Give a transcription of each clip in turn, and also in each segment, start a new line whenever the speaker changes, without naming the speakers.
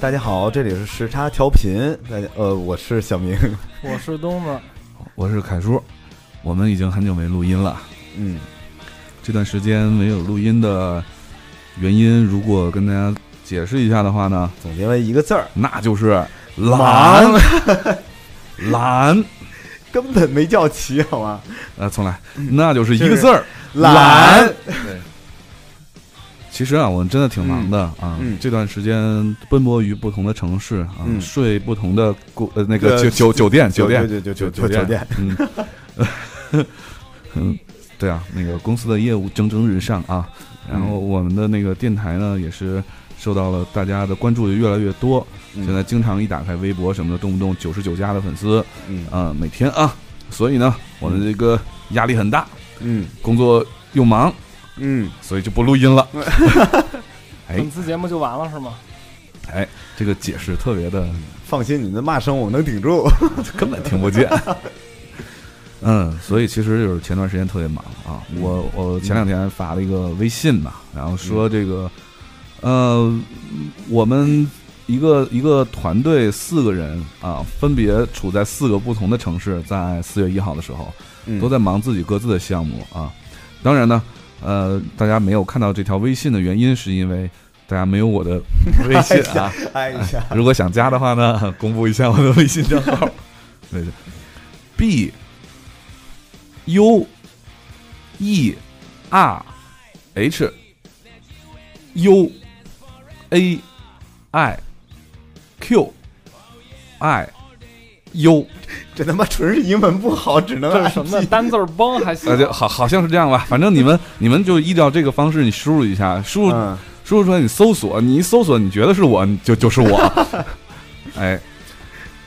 大家好，这里是时差调频，大家呃，我是小明，
我是东子，
我是凯叔，我们已经很久没录音了。
嗯，
这段时间没有录音的原因，如果跟大家解释一下的话呢，
总结为一个字儿，
那就是
懒
懒， 懒。
根本没叫齐，好吗？
呃，重来，
嗯
那就是一个字儿。
懒，
其实啊，我真的挺忙的啊
嗯，
这段时间奔波于不同的城市啊
嗯，
睡不同的过呃那
呃
个酒酒酒店酒店
酒酒酒
酒
酒
酒
店，
嗯，嗯， 对啊，那个公司的业务蒸蒸日上啊，然后我们的那个电台呢也是受到了大家的关注也越来越多，
嗯
现在经常一打开微博什么的，动不动九十九加的粉丝
嗯
啊、每天啊，所以呢，我们这个压力很大，
嗯
工作又忙，
嗯，
所以就不录音了。哎
本，次节目就完了是吗？
这个解释特别的
放心，你的骂声我能顶住，
根本听不见。嗯，所以其实就是前段时间特别忙啊，
嗯嗯
我我前两天发了一个微信嘛，然后说这个，呃，我们一个一个团队四个人啊，分别处在四个不同的城市，在四月一号的时候
嗯
都在忙自己各自的项目啊。当然呢，呃，大家没有看到这条微信的原因，是因为大家没有我的 微信啊。
哎呀，
如果想加的话呢，公布一下我的微信账号，对对，b u e r h u a i q i u，
这他妈纯是英文不好，只能
这是什么呢？单字儿崩还行
呃，，哎就好好像是这样吧，反正你们你们就依照这个方式，你输入一下，输入
嗯
输入出来，你搜索，你一搜索，你觉得是我，你 就就是我， 哎，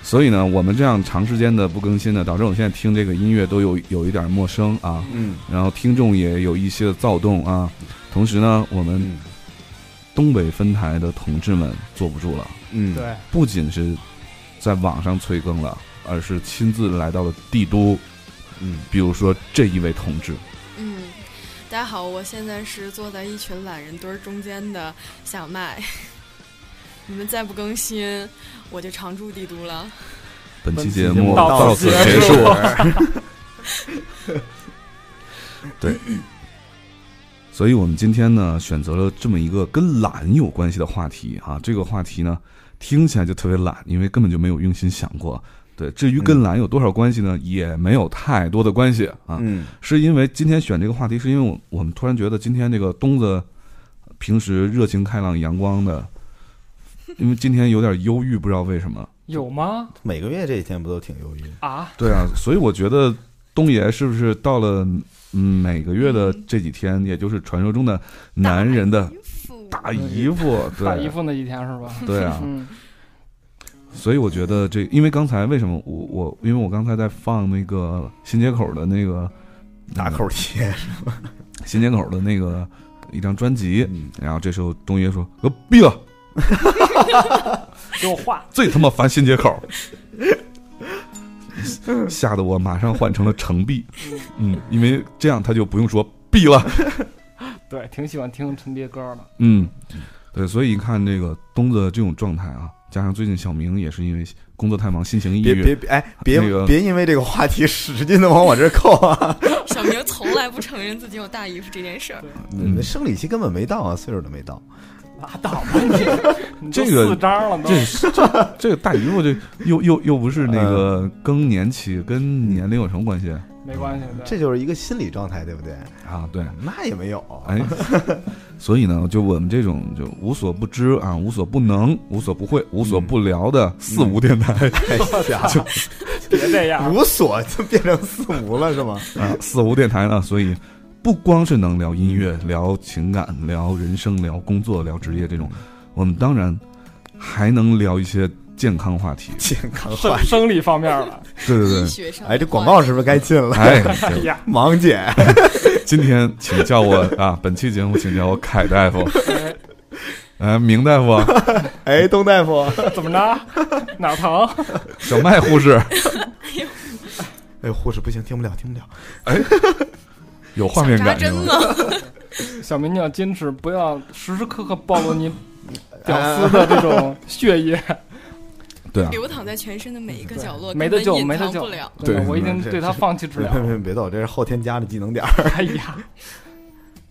所以呢，我们这样长时间的不更新呢，导致我现在听这个音乐都有有一点陌生啊，
嗯
然后听众也有一些躁动啊，同时呢，我们
嗯
东北分台的同志们坐不住了，
嗯，
对，
不仅是在网上催更了，而是亲自来到了帝都，
嗯
比如说这一位同志，
嗯，大家好，我现在是坐在一群懒人堆儿中间的小麦。 你们再不更新，我就常驻帝都了。
本期
本期
节
节目
目
到
到
此
此
结
结
束
束。对，所以我们今天呢，选择了这么一个跟懒有关系的话题哈、这个话题呢，听起来就特别懒，因为根本就没有用心想过。对，至于跟懒有多少关系呢，也没有太多的关系啊。
嗯
是因为今天选这个话题，是因为我我们突然觉得今天这个东子平时热情开朗、阳光的，因为今天有点忧郁，不知道为什么。
有吗？
每个月这几天不都挺忧郁？
啊，
对啊，所以我觉得东爷是不是到了嗯每个月的这几天，也就是传说中的男人的大姨夫，
嗯大姨
对
夫那几天是吧？
对啊，
嗯，
所以我觉得这，因为刚才为什么我我因为我刚才在放那个新街口的那个
打口贴，
嗯新街口的那个一张专辑，
嗯
然后这时候东爷说：“我闭了，
给我画，
最他妈烦新街口。” 吓得我马上换成了程璧，嗯，因为这样他就不用说闭了。
对，挺喜欢听陈别歌的。
嗯，对，所以一看这个东子这种状态啊，加上最近小明也是因为工作太忙，心情抑
别
郁，
别别，哎，别
那个
别因为这个话题使劲的往我这儿扣啊！
小明从来不承认自己有大姨夫这件事儿。
你们生理期根本没到啊，岁数都没到。
拉倒吧你，你都
这个
四张了 都
这是这这个大姨夫这又又又不是那个更年期，跟年龄有什么关系
没关系，对
这就是一个心理状态，对不对？
啊？对，
那也没有，
哎，所以呢，就我们这种就无所不知啊，无所不能，无所不会，无所不聊的嗯四无电 台、
哎呀，
别这样，
无所就变成四无了 是吗？
啊，四无电台呢，所以。不光是能聊音乐、聊情感、聊人生、聊工作、聊职业这种，我们当然还能聊一些健康话题。
健康
生
话，
生理方面了。
对对
医
对，
学上的 话，
哎，这广告是不是该进了？
哎，
哎
对
呀，
芒 姐，
今天请叫我啊，本期节目请叫我凯大夫，
哎
哎，明大 夫，
哎，东大夫，
怎么着？哪儿疼？
小麦护士，
哎，护士不行，听不了，听不了。
有画面
扎
感是
针啊
吗？
呢？
小明，你要坚持，不要时时刻刻暴露你屌丝的这种血液，
对啊，
流淌在全身的每一个角落，
没得
根本
救，没
隐
得
藏
救
不了。，
真的
对
我已经
这
对他放弃治
别
疗
别
了。
别别逗，这是后天加的技能 点儿。
哎呀，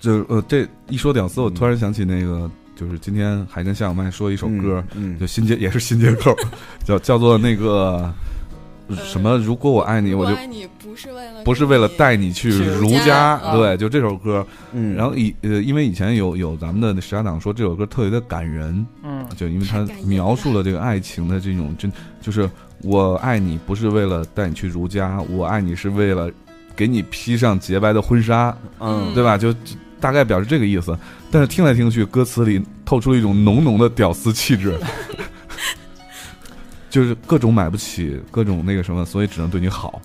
就呃，这一说屌丝，我突然想起那个，就是今天还跟夏小麦说一首歌，
嗯，
就新街也是新街 口，叫叫做那个
呃
什么？如果我爱你，我
我
就
爱你不是为了
不是为了带你去
去
儒
儒
家
家，
对，就这首歌。
嗯，
然后以呃，因为以前有有咱们的时家党说这首歌特别的感人，
嗯，
就因为它
太感人了
描述了这个爱情的这种真，就是我爱你不是为了带你去儒家，我爱你是为了给你披上洁白的婚纱，
嗯，
对吧？就就大概表示这个意思。但是听来听去，歌词里透出了一种浓浓的屌丝气 质，就是各种买不起，各种那个什么，所以只能对你好，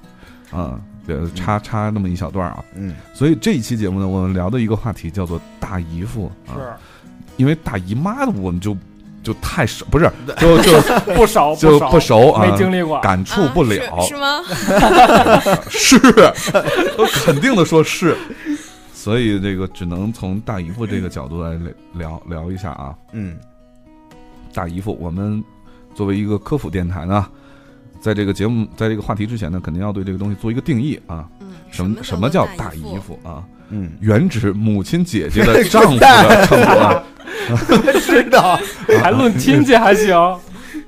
啊、
嗯
对，插插那么一小段啊。
嗯
所以这一期节目呢，我们聊的一个话题叫做大姨夫啊，
是
因为大姨妈的我们就就太 熟，不是就就
不少
就
少
不熟啊
没，经历过。
感触不了，
啊是是 吗？
是， 我肯定的说是，所以这个只能从大姨夫这个角度来聊聊一下啊。
嗯，
大姨夫，我们作为一个科普电台呢，在这个节目在这个话题之前呢，肯定要对这个东西做一个定义啊。
嗯，
什么什
么
么叫
大
姨
夫？
夫啊？
嗯，
原指母亲姐姐的丈夫的 称呼啊
知道，
还论亲戚还行，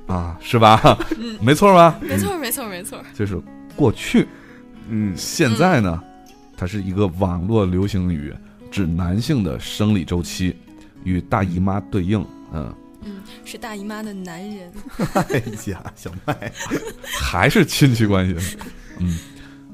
啊，是吧？没错吧？
没错，没错，没错。
就是过去，
嗯
现在呢，它是一个网络流行语，指男性的生理周期，与大姨妈对应。嗯，
嗯，是大姨妈的男人。
哎呀，小麦，
还是亲戚关系。嗯，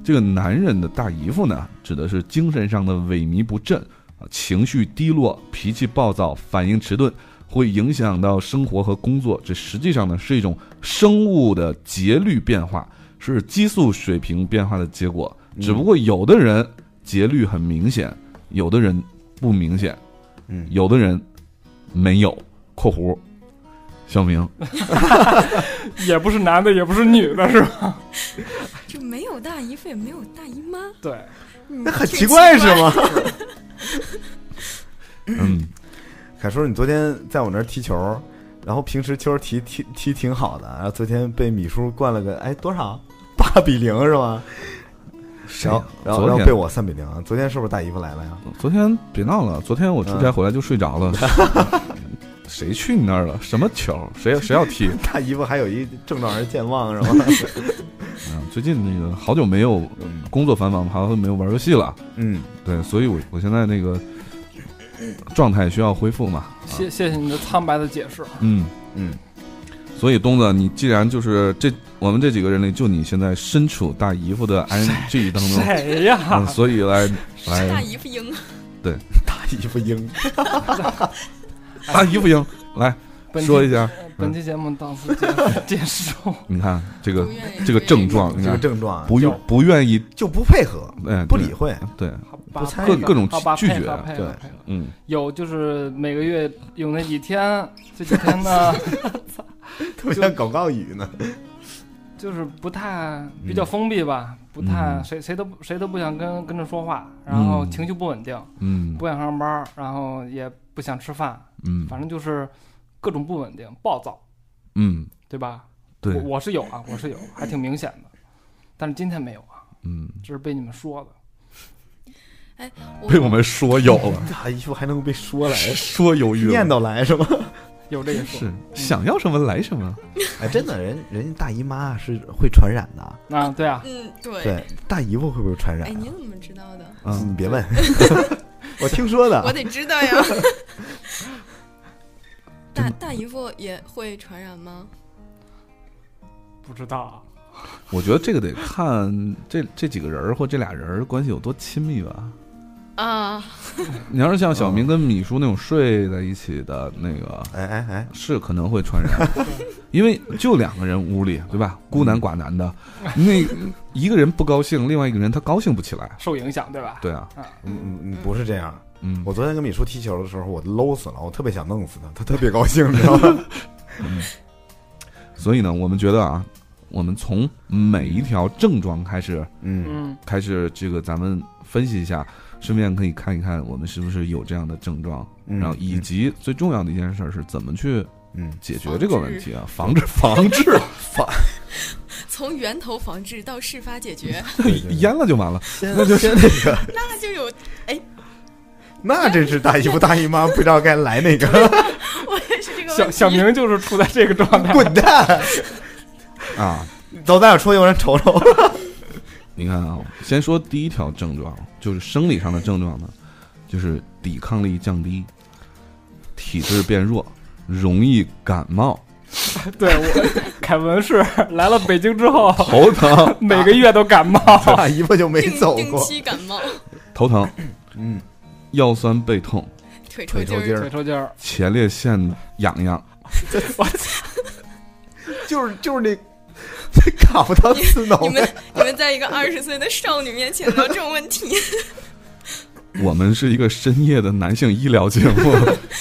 这个男人的大姨夫呢，指的是精神上的萎靡不振，啊情绪低落，脾气暴躁，反应迟钝，会影响到生活和工作。这实际上呢，是一种生物的节律变化，是激素水平变化的结果。只不过有的人节律很明显，有的人不明显，
嗯，
有的人没有。（括弧）小明，
也不是男的，也不是女的，是吧？
就没有大姨夫，也没有大姨妈，
对，
嗯
那很
挺
奇
怪
怪是？吗？
嗯，
凯叔，你昨天在我那儿踢球，然后平时球踢踢踢挺好的，然后昨天被米叔灌了个哎多少八比零是吧？然后然后
昨
然后
天
被我三比零，昨天是不是大姨夫来了呀？
昨天别闹了，昨天我出差回来就睡着了。谁去你那儿了？什么球？谁谁要踢？
大姨夫还有一正照人健忘是吧？
嗯，最近那个好久没有
嗯
工作繁忙，好久没有玩游戏了。
嗯，
对，所以我我现在那个状态需要恢复嘛。啊
谢谢谢你的苍白的解释。
嗯，
嗯
所以东子，你既然就是这我们这几个人里，就你现在身处大姨夫的 ING 当中，
谁呀
嗯，？所以来
是大
来
姨夫英，
大姨夫 英，
大姨夫赢，来
本期
说一下，
本期节目到此结束结 束。
你看这个
不愿意
这个症状
不愿
这个
你
意
看
症状啊
不愿不愿意，
就不配合，
哎，
不
对
理会，
对，
好吧
不参
与啊
配合
各种
好吧
拒
配
绝
合配合
对
配合
嗯。
有就是每个月有那几天，这几天呢
特别像广告语呢。
就是不太比较封闭吧，不太
嗯
谁谁都不谁都不想跟跟着说话，然后
嗯
情绪不稳定，
嗯
不想上班，然后也不想吃饭，
嗯
反正就是各种不稳定、暴躁，
嗯，
对吧？我
对，
我是有啊，我是有，还挺明显的，但是今天没有啊，
嗯，
这是被你们说的。
被我们说有了，
大姨夫还能被说来，
说 犹豫了
念叨来是吧？
有这一说，
是想要什么来什么，
哎，真的，人人家大姨妈是会传染的，
啊，对啊，
嗯，对。
对，大姨夫会不会传染
哎，
啊？
你怎么知道的？
你
嗯，
别问， 我听说
我
的。
得知道呀。大大姨夫也会传染吗？
不知道啊，
我觉得这个得看这这几个人儿或这俩人儿关系有多亲密吧。
啊，
你要是像小明跟米叔那种睡在一起的那个，
哎哎哎，
是可能会传染，因为就两个人屋里，对吧？孤男寡男的，那一个人不高兴，另外一个人他高兴不起来，
受影响对吧？
对啊，
嗯嗯，不是这样。
嗯，
我昨天跟米叔踢球的时候，我搂死了，我特别想弄死他，他特别高兴，你知道吗？
所以呢，我们觉得啊，我们从每一条症状开始
嗯
嗯，
开始这个咱们分析一下，顺便可以看一看我们是不是有这样的症状，
嗯
然后以及最重要的一件事儿是怎么去
嗯，
解决这个问题啊，防治防治防
从源头防治到事发解决，
对对
淹了 就完了。
先先那个，
那就有
那真是大姨夫大姨妈不知道该来哪个，
我也是这个
小
问
小
题。
明就是处在这个状 态，
滚蛋！
啊，
走，咱俩出去，我让瞅瞅。
你看啊，先说第一条症状，就是生理上的症状呢，就是抵抗力降低，体质变弱，容易感冒、
对我， 凯文是来了北京之后，
头疼、
每个月都 感冒，
大姨夫就没
定
走
定
过，
期感冒，
头疼、
嗯，
腰酸背痛、
腿抽
腿
筋
抽
儿
筋，
腿
儿，
抽筋儿。
前列腺痒痒、
就是就是那 那卡不到刺挠
你们你们在一个二十岁的少女面前聊这种问题，
我们是一个深夜的男性医疗节目，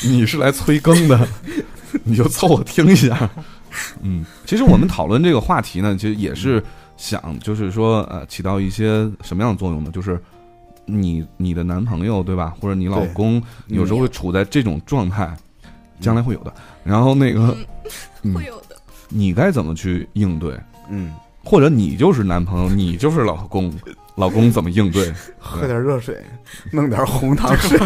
你是来催更的，你就凑合听一下。嗯，其实我们讨论这个话题呢，其实也是想，就是说，呃，起到一些什么样的作用呢？就是你你的男朋友对吧，或者你老
对
公，
嗯
有时候会处在这种状态，将来会有的。然后那个
嗯，
嗯
会有的。
你该怎么去应对？
嗯，
或者你就是男朋友，你就是老公，老公怎么应对？
喝点热水，弄点红糖水，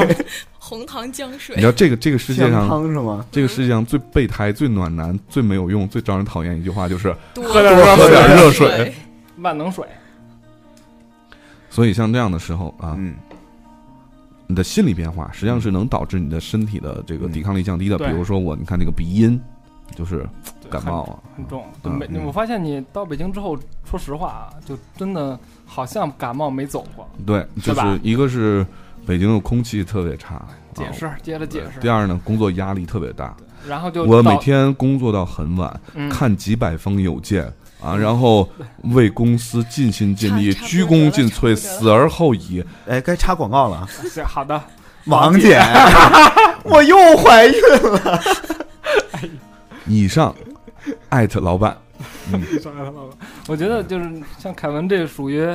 红糖姜水
你知，道这个这个世界
姜
上。
汤是吗？
这个世界上最备胎、最暖男、最没有用、最招人讨厌一句话就是，
多
喝点热水
多
热水
水，
万能水，
所以像这样的时候啊，
嗯，
你的心理变化实际上是能导致你的身体的这个
嗯
抵抗力降低的。比
对
如说我，你看这个鼻音，就是
对
感冒啊，
很很重。对，
嗯
没
嗯
我发现你到北京之后，说实话啊，就真的好像感冒没走过。
对，就
对吧
是一个是北京的空气特别差，
解释，接着
啊
解释
第，二呢，工作压力特别大，
然后就
我每
到
天工作到很晚，
嗯
看几百封邮件。啊，然后为公司尽心尽力，
差差不
鞠
多得
躬
了
尽
差不
瘁，
多得了
死而后已。
哎，该插广告了啊，
是好的，
王姐， 我又怀孕了，
以上，艾特老板，
上来了老板我觉得就是像凯文这属于，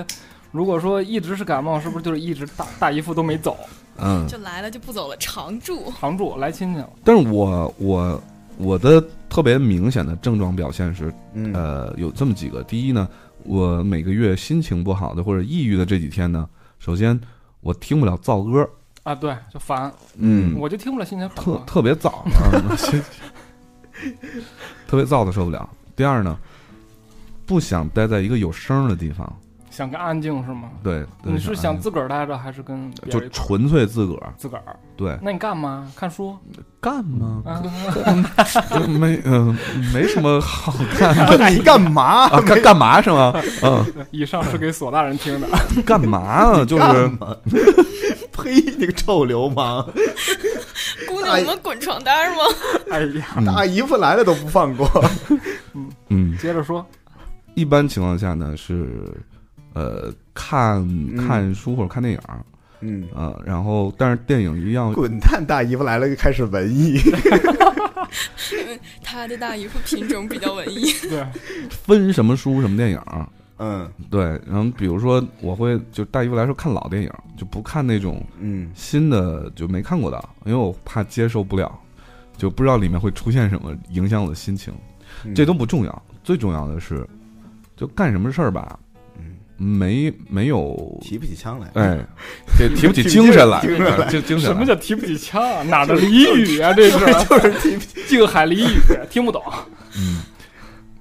如果说一直是感冒，是不是就是一直大大姨夫都没走，
嗯，
就来了就不走了，常住。
常住来亲戚了？
但是我我我的特别明显的症状表现是，
嗯
呃，有这么几个。第一呢，我每个月心情不好的或者抑郁的这几天呢，首先我听不了燥歌，
啊，对，就烦，
嗯
我就听不了心情好
特
嘛。
特别燥， 啊心特别燥的受不了。第二呢，不想待在一个有声儿的地方，
想跟安静是吗？
对，
你是想
安
自个儿待着，还是跟别
就
人一块儿
纯粹自个儿，
自个儿？
对，
那你干嘛？看书
干 嘛？
啊？
没嗯、没什么好看的
你干嘛？
啊，干干嘛是吗？嗯。
以上是给索大人 听的。
干嘛呢？就是
干嘛 呸！你个臭流氓，
姑
哎
娘，我们滚床单吗？
哎呀，
大姨夫来了都不放过。
嗯，
接着说，
一般情况下呢是，呃，看看书或者看电影儿，
嗯，
呃，然后但是电影一定要
滚蛋！大姨夫来了就开始文艺，
他的大姨夫品种比较文 艺，
对，
分什么书什么电影儿，
嗯
对，然后比如说我会就大姨夫来说看老电影儿，就不看那种
嗯，
新的就没看过的，因为我怕接受不了，就不知道里面会出现什么，影响我的心情，
嗯
这都不重要，最重要的是，就干什么事儿吧，
嗯
没没有
提不起枪来。
哎， 这提不
提不
起
起
精
精
神
神来
来，精神来，精
什
神
么
来。
叫提不起腔啊？哪儿的俚语啊？这是
就是提不起，
静海俚语，听不懂。
嗯，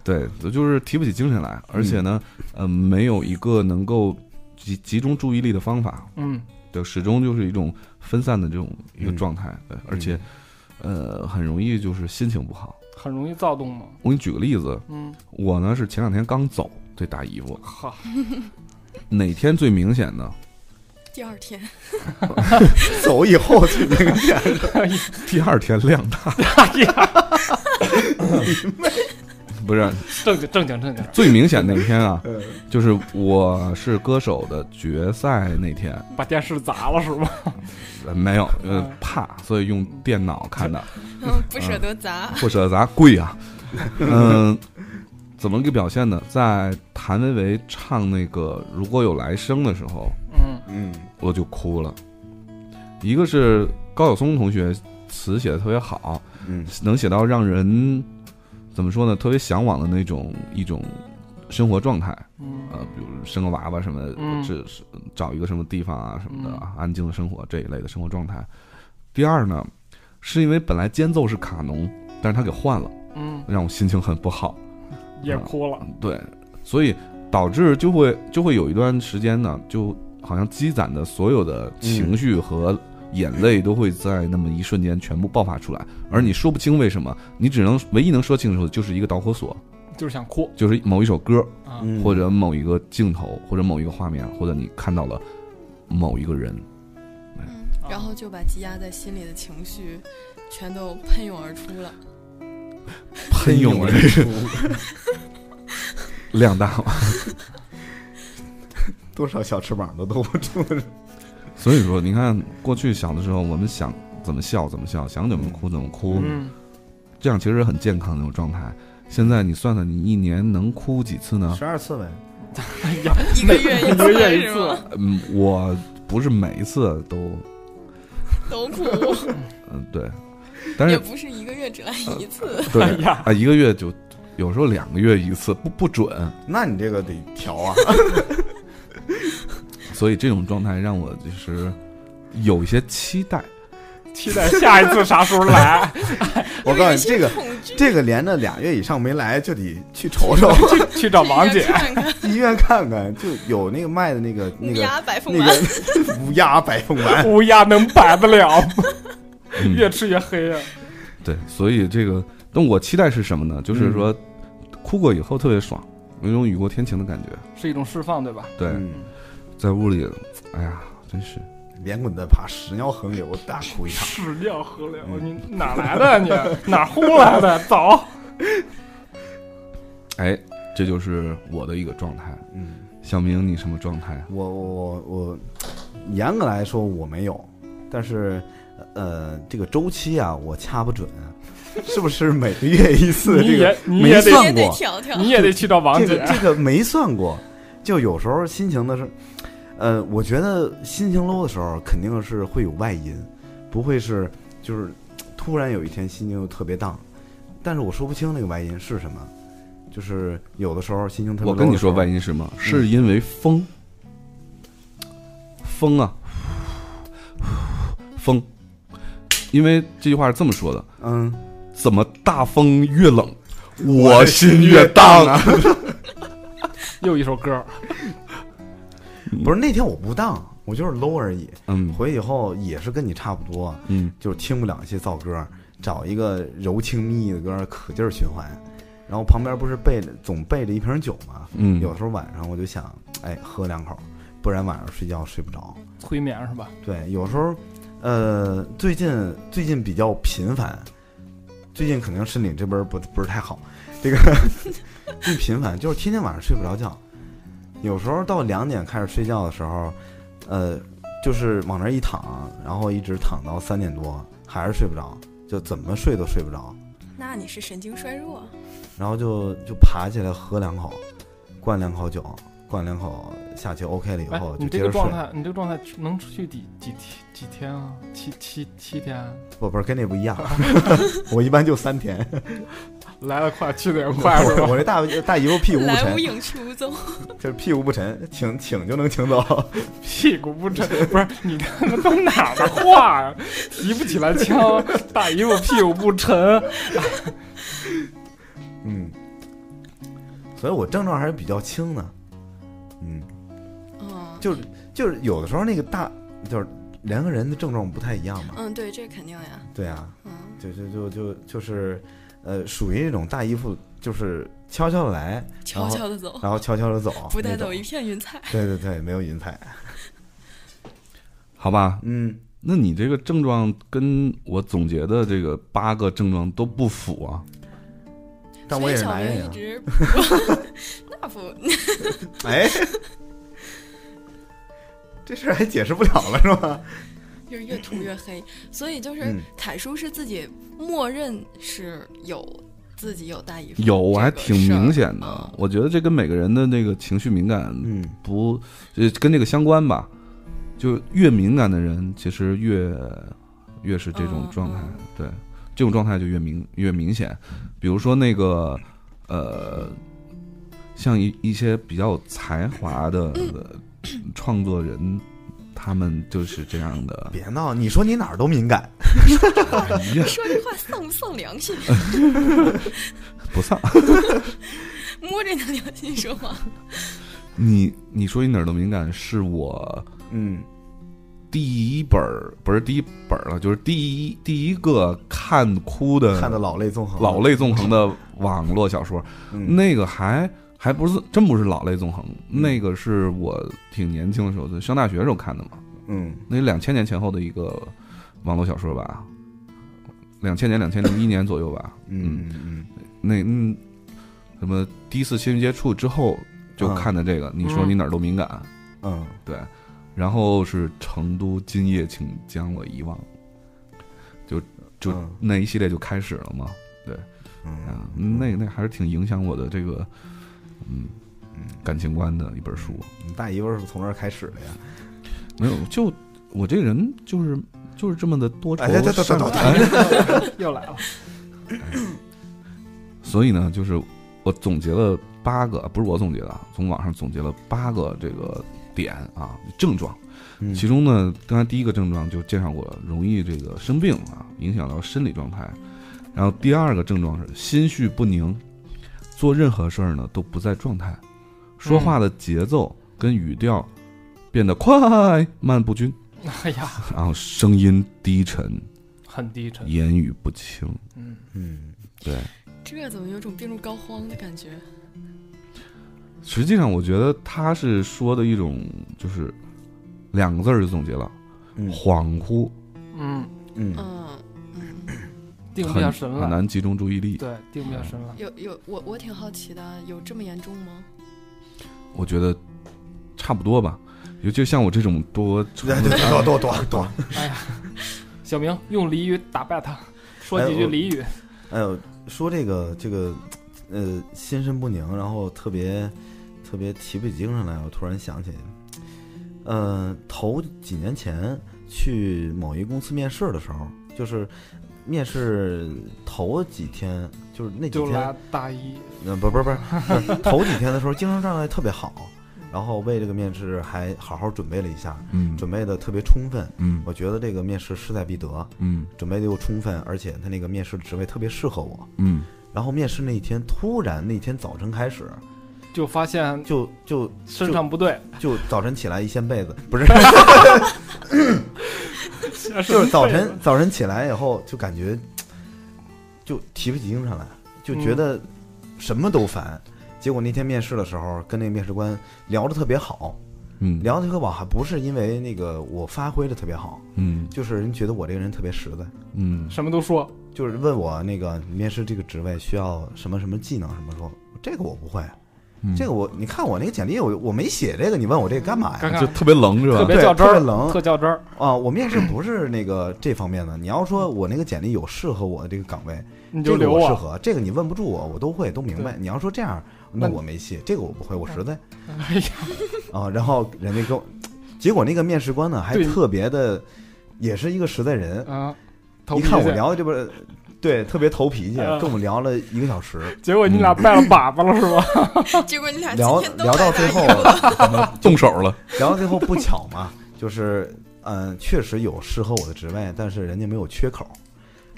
对，就是提不起精神来，而且呢，呃，没有一个能够集集中注意力的方法，
嗯，
对，始终就是一种分散的这种一个
嗯
状态，对，而且，
嗯
呃，很容易就是心情不好。
很容易躁动嘛。
我给你举个例子，
嗯，
我呢是前两天刚走，这大姨夫
好，
哪天最明显呢？
第二天
走以后最明显。
第二天量大，
哎呀，
不是
正经正经正经，
最明显那天啊，
嗯
就是我是歌手的决赛那天，
把电视砸了是吗？
呃没有，呃
嗯，
怕，所以用电脑看的，
嗯，不舍得砸，
或者咱贵啊。嗯，怎么个表现呢？在谭维维唱那个《如果有来生》的时候，
嗯，
嗯
我就哭了。一个是高晓松同学词写的特别好，
嗯
能写到让人怎么说呢，特别向往的那种一种生活状态。
嗯
呃，比如生个娃娃什么的，
嗯
这是找一个什么地方啊什么的啊
嗯，
安静的生活这一类的生活状态。第二呢，是因为本来间奏是卡农，但是他给换了，
嗯，
让我心情很不好。
也哭了，
嗯对，所以导致就会就会有一段时间呢，就好像积攒的所有的情绪和眼泪都会在那么一瞬间全部爆发出来，而你说不清为什么，你只能唯一能说清楚的就是一个导火索，
就是想哭
就是某一首歌，
啊，
嗯
或者某一个镜头，或者某一个画面，或者你看到了某一个人。
嗯，然后就把积压在心里的情绪全都喷涌而出了。
喷涌 而
出，
量大嘛，
多少小翅膀都兜不住。
所以说你看，过去小的时候，我们想怎么笑怎么笑，想怎么哭怎么哭，
嗯，
这样其实很健康的那种状态。现在你算算，你一年能哭几次呢？
十二次呗，
哎呀，
一个月一次，
一个月一
是吗
次，
嗯，我不是每一次都，
都哭，
嗯， 对，
哎
但
也
是
不是一个月只来
嗯
一次。
对
哎呀，
啊，一个月就有时候两个月一次，不不准。
那你这个得调啊。
所以这种状态让我就是有一些期待。
期待下一次啥时候来，
我告诉你，这个
恐 惧
这个连着俩月以上没来，就得去瞅瞅，
去去找王姐，
看看
医院看看，就有那个卖的那 个 那
乌
个
鸦白凤
那
丸，
个 乌鸦白凤 丸。
乌鸦能摆得了吗，
嗯
越吃越黑啊，
对，所以这个，但我期待是什么呢？
嗯
就是说，哭过以后特别爽，有一种雨过天晴的感觉。
是一种释放，对吧？
对，
嗯，
在屋里，哎呀，真是
连滚带爬，屎尿横流，大哭一 场。
屎尿河流，
嗯
你哪来的啊你？ 哪轰 来的？走，
哎，这就是我的一个状态。
嗯，
小明，你什么状态啊？
我我我我，严格来说我没有，但是呃，这个周期啊，我掐不准，是不是每个月一次？
你
这个
也你也
没
得
算
也得
过
调调。
你也得去找王
这
姐
个，这个没算过，就有时候心情的是，呃，我觉得心情 low 的时候肯定是会有外因，不会是就是突然有一天心情就特别 down，但是我说不清那个外因是什么，就是有的时候心情特别 low
我
的时候。
跟你说，外因是什
嗯
么？是因为风，风啊，风，因为这句话是这么说的：
嗯，
怎么大风越冷，
我
我
心
心
越
越
荡
荡
啊
啊！
又一首歌，
不是那天我不 down，我就是 low 而已。
嗯
回以后也是跟你差不多，
嗯，
就是听不了一些燥歌，找一个柔情蜜意的歌可劲儿循环。然后旁边不是备着总备着一瓶酒吗？
嗯
有时候晚上我就想，哎，喝两口，不然晚上睡觉睡不着。
催眠是吧？
对，有时候，呃，最近最近比较频繁，最近可能身体这边儿不不是太好，这个 最频繁就是天天晚上睡不着觉，有时候到两点开始睡觉的时候，呃，就是往那儿一躺，然后一直躺到三点多，还是睡不着，就怎么睡都睡不着，
那你是神经衰弱，
然后就就爬起来喝两口，灌两口酒，灌两口下去 OK 了以
哎
后，就
你
接
这
着
个
睡。
状态，你这个状态能持续几几天几天啊？七七七天啊，
不不是跟那不一 样，我一般就三天。
来得快，去得也快，是
我
吧？
我这大大姨夫屁股不
来无
沉，
影去无踪。
就是屁股不沉，请请就能请走。
屁股不沉，不是你他妈都哪儿的话呀？提不起来枪，大姨夫屁股不沉，
嗯，所以我症状还是比较轻的。嗯，
嗯
就是就是有的时候那个大就是人和人的症状不太一样嘛。
嗯，对，这肯定呀。
对啊，
嗯，
就就就就就是呃，属于那种大姨夫，就是悄悄的来，
悄悄的走，
然后悄悄的走，
不带
那种
走一。片云彩。
对对对，没有云彩。
好吧，
嗯，
那你这个症状跟我总结的这个八个症状都不符啊。
但
所
我
以
也是
小
男
明
人
一
啊。
直 那不，
哎，这事儿还解释不了了是吧？
就是越涂越黑。所以就是
嗯
凯叔是自己默认是有自己有大姨夫，
有，我还挺明显
这个事儿啊
的。我觉得这跟每个人的那个情绪敏感
嗯
不，呃，跟这个相关吧。就越敏感的人，其实越越是这种
嗯
状态
嗯。
对，这种状态就越明越明显。比如说那个呃，像一一些比较有才华的呃创作人，他们就是这样的。
别闹！你说你哪儿都敏感，
哎呀，
说这话丧不丧良心？
不丧。
摸着你的良心说话。
你你说你哪儿都敏感，是我
嗯，
第一本儿不是第一本儿了，就是第一第一个看哭的
看得老泪纵横，
老泪纵横的网络小说，
嗯，
那个还还不是真不是老泪纵横，那个是我挺年轻的时候，就上大学时候看的嘛，
嗯
那两千年前后的一个网络小说吧，两千年两千零一年左右吧，
嗯嗯嗯，
那嗯，什么第一次亲密接触之后就
嗯
看的这个，你说你哪儿都敏感，
嗯，
对，然后是成都今夜请将我遗忘，就就
嗯
那一系列就开始了嘛。啊，
嗯
那那还是挺影响我的这个嗯
嗯
感情观的一本书。
你大姨夫是从这儿开始的呀？
没有，就我这人就是就是这么的多愁
哎等等等
善
等
感，
又来了，
所以呢，就是我总结了八个，不是我总结的啊，从网上总结了八个这个点啊症状。
嗯
其中呢，刚才第一个症状就介绍过，容易这个生病啊，影响到生理状态。然后第二个症状是心绪不宁，做任何事儿呢都不在状态，说话的节奏跟语调变得快慢不均，
哎呀，
然后声音低沉，
很低沉，
言语不清。
嗯，
嗯
对，
这怎么有种病入膏肓的感觉？
实际上我觉得他是说的一种就是两个字儿就总结了，
嗯
恍惚，
嗯，
嗯
嗯嗯，
定不
很
下神
很
来，
难集中注意力。
对，定不下神来，
有有，我我挺好奇的，有这么严重吗？
我觉得差不多吧。尤其像我这种多愁
对对，多多多多，
小明用俚语打败他，说几
哎
句
我
俚语，
哎呦，说这个这个，呃，心神不宁，然后特别特别提不起精神来。我突然想起，呃，头几年前去某一公司面试的时候，就是面试头几天，就是那几
就
天
来大一，
嗯，不不是不是，不是头几天的时候精神状态特别好，然后为这个面试还好好准备了一下，
嗯
准备的特别充分。
嗯
我觉得这个面试势在必得，
嗯
准备的又充分，而且他那个面试职位特别适合我。
嗯
然后面试那一天，突然那天早晨开始，
就发现
就就
身上不对，
就早晨起来一掀被子，不是，
就
就是 早晨早晨起来以后就感觉就提不起精神来，就觉得什么都烦。结果那天面试的时候，跟那个面试官聊得特别好，
嗯
聊得特别好，还不是因为那个我发挥的特别好，
嗯
就是人觉得我这个人特别实在，
嗯
什么都说，
就是问我那个面试这个职位需要什么什么技能什么说，这个我不会，
嗯，
这个我你看我那个简历我我没写这个，你问我这个干嘛呀？
尴
就
尬，
特别冷是
特
吧？
别较
啊对特
真儿，
别冷
特较真儿，
啊，我面试不是那个这方面的。你要说我那个简历有适合我的这个岗位，
你就
这个
留
我适
我，
合，这个你问不住我，我都会都明白。
对
你要说这样，
那
那我没戏，这个我不会，我实在
哎呀，
啊。然后人家跟我，结果那个面试官呢还
对
特别的，也是一个实在人，
啊，头
一
皮
看我
屑
聊这不是。对，特别投脾气，
啊
跟我们聊了一个小时，
结果你俩
嗯
拜了粑粑了是吧？
结果你俩今
哦聊
天都
聊到
来
最
大姨
后，
了
动手了，
聊到最后不巧嘛，就是嗯、呃确实有适合我的职位，但是人家没有缺口，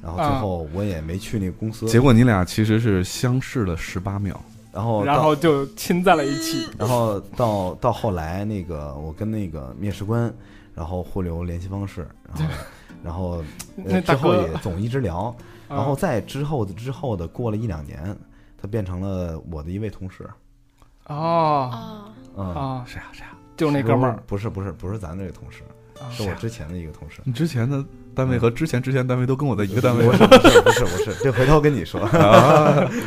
然后最
啊
后我也没去那个公司，
结果你俩其实是相视了十八秒。
然后
然
到
后就亲在了一起，
然后到到后来，那个我跟那个面试官，然后互留联系方式，然 后然后、
那
呃、
大
之后也，
哥
总一直 聊，
啊
然后在之后的之后的过了一两年，他变成了我的一位同事，
哦
啊，
嗯，
啊，
谁呀谁呀？
就那哥们儿，
不是不是不是咱这个同事，
啊
是我之前的一个同 事。
你之前的单位和之前之前单位都跟我在一个单位
不是不是不是不是，这回头跟你说。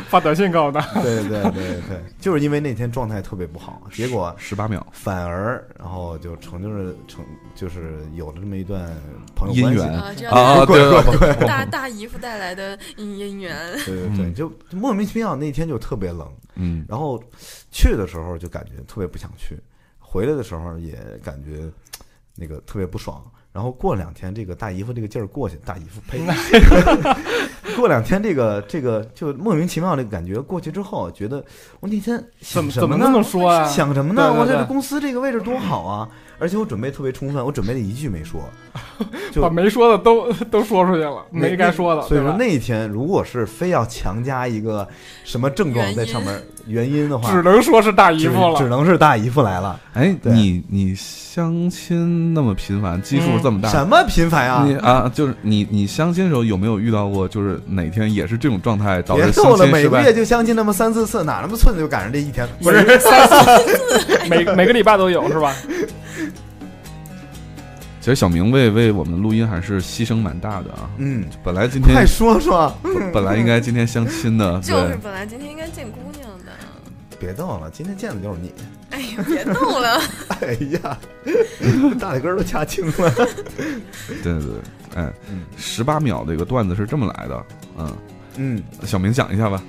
发短信告诉 他，
对对对对，就是因为那天状态特别不好，结果
十八秒，
反而然后就成就是成就是有了这么一段朋友
姻
关系。
缘
啊这 样
啊！对对对嗯对
大大姨夫带来的姻缘，
对对对，
嗯
就就莫名其妙那天就特别冷，
嗯，
然后去的时候就感觉特别不想去，回来的时候也感觉那个特别不爽。然后过两天，这个大姨夫这个劲儿过去，大姨夫 呸！ 过两天这个这个就莫名其妙这个感觉过去之后，觉得我那天
怎
想
么
什
怎么
呢
那？么说啊？
想什么呢？
对对
我在这
对
公司这个位置多好啊！而且我准备特别充分，我准备了一句没说，就
把没说的都 都说出去了，
那
没该说的，
所以说
对吧
那一天，如果是非要强加一个什么症状在上面原因的话，
只能说是大姨
只
夫
只
了。
能是大姨夫来了。
哎，
对
你你相亲那么频繁，基数这么大，
什么频繁啊
你？啊，就是你你相亲的时候有没有遇到过，就是哪天也是这种状态导
别
致
逗
相
了，
亲
每
失
个
败
月？就相亲那么三四次，哪那么寸就赶上这一天？不是，
每每个礼拜都有是吧？
其实小明为为我们的录音还是牺牲蛮大的啊。
嗯，
本来今
快
天
说说，
本来应该今天相 亲的，
就是
对，
本来今天应该见姑娘的，
别逗了，今天见的就是你。
哎呀，别 逗了，
哎呀，大腿根儿都掐青了。
对对对，哎
嗯，
十八秒的一个段子是这么来的，嗯，
嗯，
小明讲一下吧。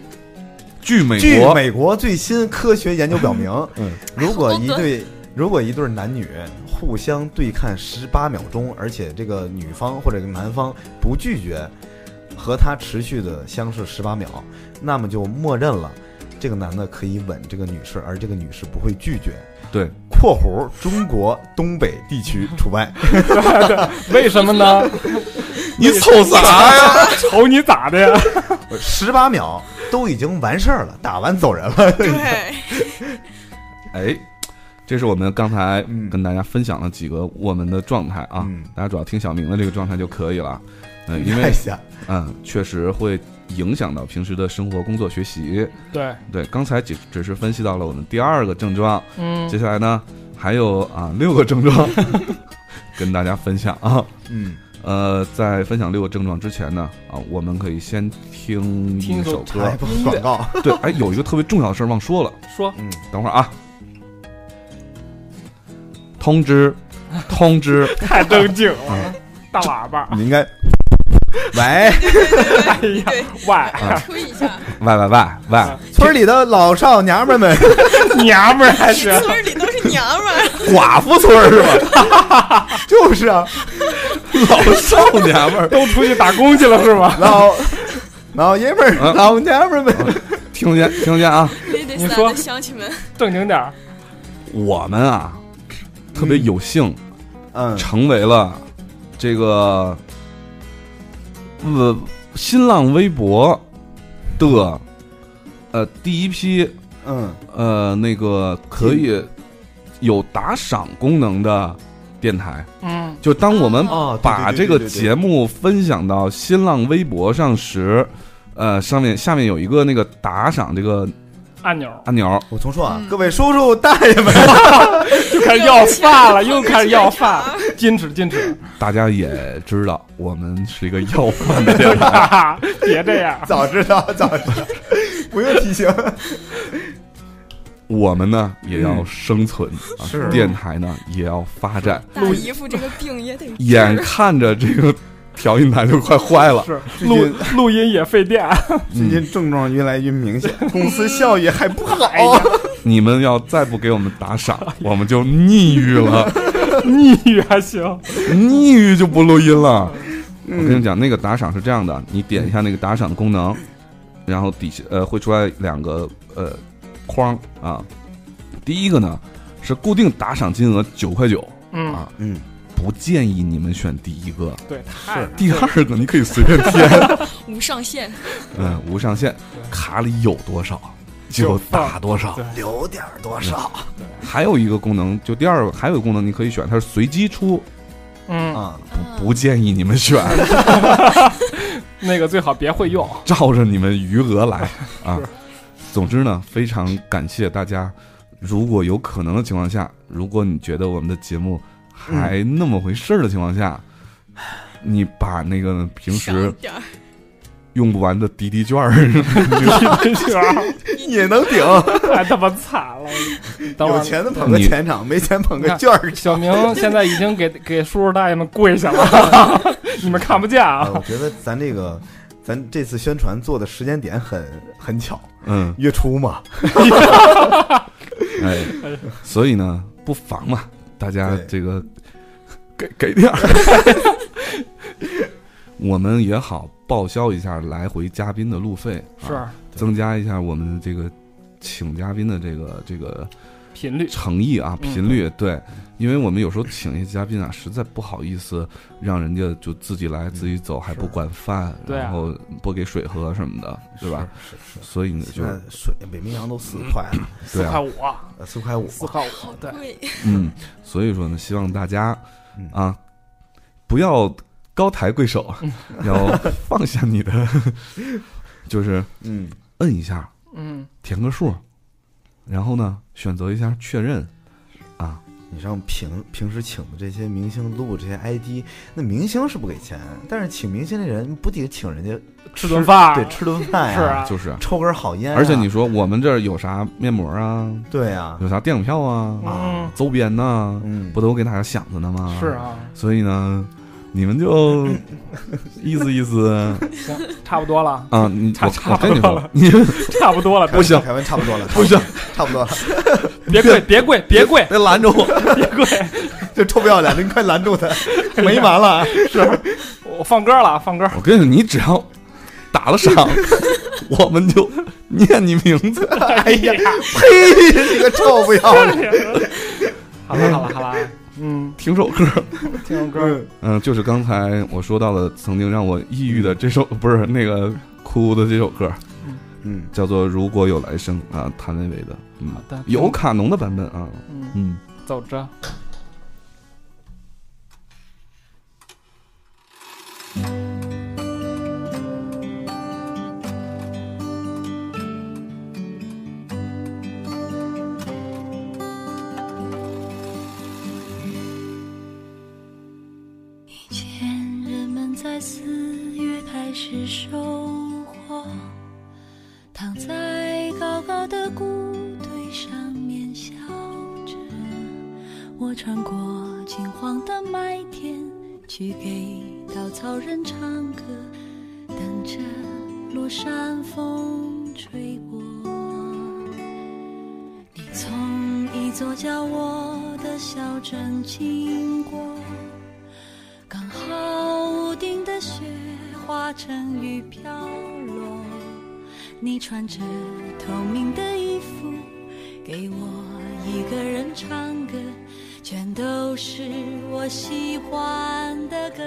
据美
据
国，
美国最新科学研究表明，
嗯
如果一对如果一对男女互相对看十八秒钟，而且这个女方或者男方不拒绝和他持续的相视十八秒，那么就默认了这个男的可以吻这个女士，而这个女士不会拒绝。
对，
（括弧中国东北地区除 外
对对，为什么呢？
你瞅啥呀？
瞅你咋的呀？），
十八秒都已经完事儿了，打完走人了。
对，
哎，这是我们刚才
嗯
跟大家分享了几个我们的状态啊，
嗯哎
大家主要听小明的这个状态就可以了。嗯， 因
太
为
吓
嗯，确实会影响到平时的生活、工作、学习。
对，
对，刚才只只是分析到了我们第二个症状，
嗯
接，下来呢还有啊六个症状 跟大家分享啊。
嗯
呃，在分享六个症状之前呢，啊，我们可以先听
听
一
一首
首歌
太。哎不广告。
对，哎，有一个特别重要的事儿忘说了。
说
嗯，
等会儿啊，通 知，通知，
太正经了，
嗯
大喇叭，
你应该 喂。
哎呀， 喂，
吹一下，
喂喂喂喂，
村里的老少娘们们，
娘们儿还
你
是
村儿里都是娘们儿，
寡妇村儿是 吧？就是啊，
老少娘们儿，
都出去打工去了是吧？
老老爷们儿、
嗯
老娘们们，
听见听见啊，
你得
你
散
说
的乡亲们，
正经点儿，
我们啊特别有幸
嗯，
成为了这个呃新浪微博的呃第一批
嗯，
呃那个可以有打赏功能的电台，
嗯，
就当我们
哦，对
把这个节，目分享到新浪微博上时，呃，上面下面有一个那个打赏这个
按钮
按钮，
对对对对对我重说啊，
嗯
各位叔叔大爷们，
就开始要饭了，又开始要 饭，矜持矜持，
大家也知道我们是一个要饭的电台。
哈哈，别这样，
早知道早知道，不用提醒，
我们呢也要生存，啊
是
电台呢也要发展，
大姨夫这个病也得治
眼看着这个调音台就快坏 了，
是
最
录
近
录音也费电，
最近症状越来越明显，公司效益还不好，
哎呀，
你们要再不给我们打赏，我们就抑郁了，
逆语还行，
抑郁就不录音了。
嗯
我跟你讲，那个打赏是这样的，你点一下那个打赏功能，然后底下呃会出来两个呃框啊。第一个呢是固定打赏金额九块九，
嗯
啊，
嗯，
不建议你们选第一个。
对，太
是
第二个你可以随便添，
无上限，
嗯，无上限，
对
卡里有多少就打多少。
对
留点儿多少
还有一个功能，就第二个还有一个功能你可以选，它是随机出，
嗯，
啊？
不不建议你们 选，
那个最好别会用，
照着你们余额来 啊。总之呢，非常感谢大家。如果有可能的情况下，如果你觉得我们的节目还那么回事儿的情况下，
嗯
你把那个平时
省点儿，
用不完的滴滴券儿，
你这样
也能顶，
太他妈惨了，等会
有
儿。
钱的捧个
你
钱场，没钱捧个券儿。
小明现在已经给给叔叔大爷们跪下了， 你们看不见
啊，
啊
我！觉得咱这个，咱这次宣传做的时间点很很巧，
嗯，
月初嘛，
哎，所以呢，不妨嘛，大家
对
这个给给点儿。 我们也好报销一下来回嘉宾的路费，啊
是
增加一下我们这个请嘉宾的这个这个
频率，
诚意啊，
嗯
频率、对，因为我们有时候请一些嘉宾啊，实在不好意思让人家就自己来、自己走，还
嗯是
不管饭，
对啊
然后不给水喝什么的，对吧？？
是是。
所以呢，嗯
现
就
在水北冰洋都四块了，
四
对
块
啊，
五，
呃四块五，
四块五，对，
对，
嗯，所以说呢，希望大家
嗯
啊，不要高抬贵手，
嗯
要放下你 的，就是
嗯，
摁一下，
嗯，
填个数，然后呢，选择一下确认，啊，
你像平平时请的这些明星录这些 ID，那明星是不给钱，但是请明星这人不得请人家
吃顿饭，啊
对吃顿饭
是
呀、
啊，
就是，
抽根好烟啊、
而且你说我们这儿有啥面膜啊，
对呀、
有啥电影票啊，
嗯，
周边呐，
嗯，
不都给大家想着呢吗？
是，啊，
所以呢，你们 就意思意思
行，差不多了，
啊，你
差
我
差
我
不
跟你
多
说
了，
你
差不多了，
不行
凯文差不多了，
不行，
差不多了，
别跪，别跪，别跪，
别拦着我。
别跪，
这臭不要脸的，你快拦住他， 没完了啊！
我放歌了，放歌，
我跟你说，你只要打了赏， 我们就念你名字。
哎呀，
呸，你个臭不要脸！
好了好了好了，嗯，
听首歌，
听首歌，
嗯，就是刚才我说到的，曾经让我抑郁的这首，不是那个哭的这首歌，
嗯，
叫做《如果有来生》啊，谭维维的，嗯
好，的
有卡农的版本啊，
嗯，
嗯。
走着。
以前人们在四月开始收获，躺在高高的谷堆上面笑着。我穿过金黄的麦田，去给稻草人唱歌，等着落山风吹过。你从一座叫我的小镇经过。刚好屋顶的雪化成雨飘落，你穿着透明的衣服，给我一个人唱歌，全都是我喜欢的歌。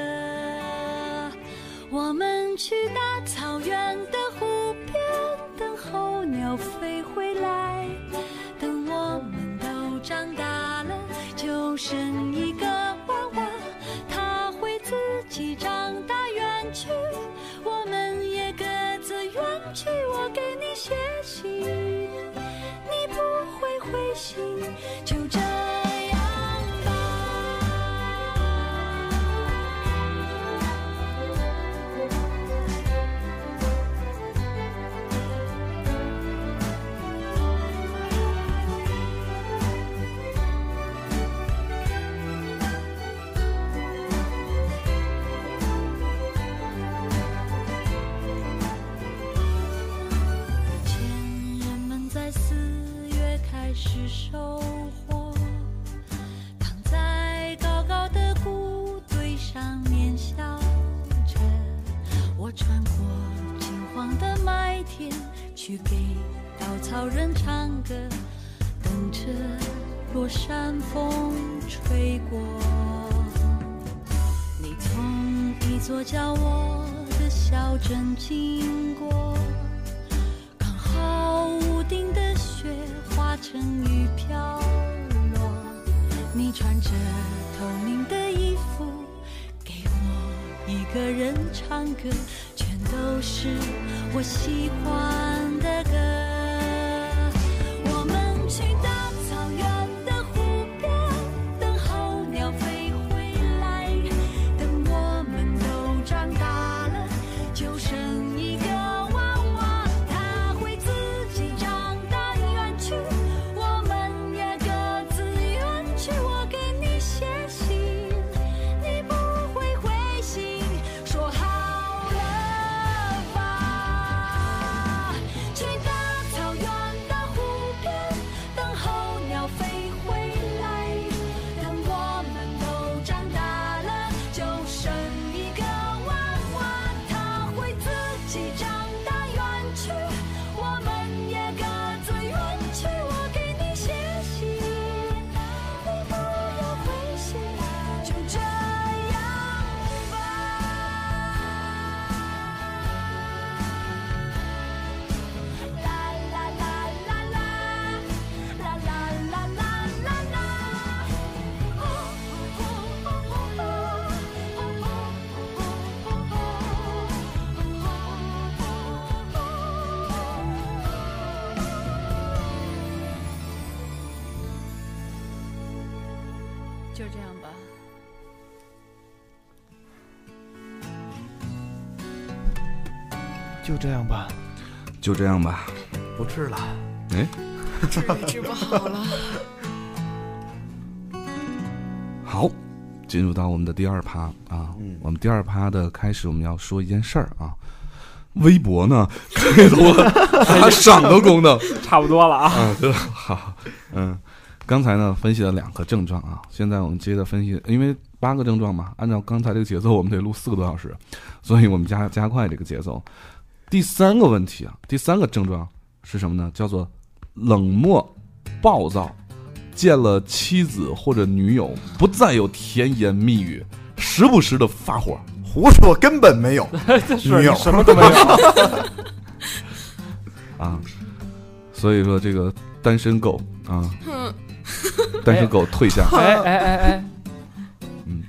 我们去大草原的湖边，等候鸟飞回来。等我们都长大了，就生一个娃娃，他会自己长大远去，我们也各自远去。我给你写信，你不会回信，就这样吧。以前人们在四月开始收获，躺在高高的谷堆上面笑着。我穿过金黄的麦田，去给稻草人唱歌，等着落山风吹过。你从一座叫我的小镇经过。刚好屋顶的雪化成雨飘落，你穿着透明的衣服，给我一个人唱歌，全都是我喜欢的歌。我们去大草原的湖边，等候鸟飞回来，等我们都长大了，就生一个娃娃，他会自己长大远去，我们也各自远去。我给你写信，你不会回信，说好了吧。
样吧。
就这样吧，
嗯就这样吧。
不吃了。
治也治不好了，
好，进入到我们的第二趴啊，
嗯
我们第二趴的开始，我们要说一件事儿啊。微博呢，开通了 打赏的功能，
差不多了啊。
啊，对，好，嗯，刚才呢分析了两个症状啊，现在我们接着分析，因为八个症状嘛，按照刚才这个节奏，我们得录四个多小时，所以我们加加快这个节奏。第三个问题啊，第三个症状是什么呢？叫做冷漠、暴躁，见了妻子或者女友不再有甜言蜜语，时不时的发火。
胡说，根本没有。
这是
女友
你什么 都没有。
啊，所以说这个单身狗啊，
哼，
单身狗退下，
哎哎哎哎，
嗯，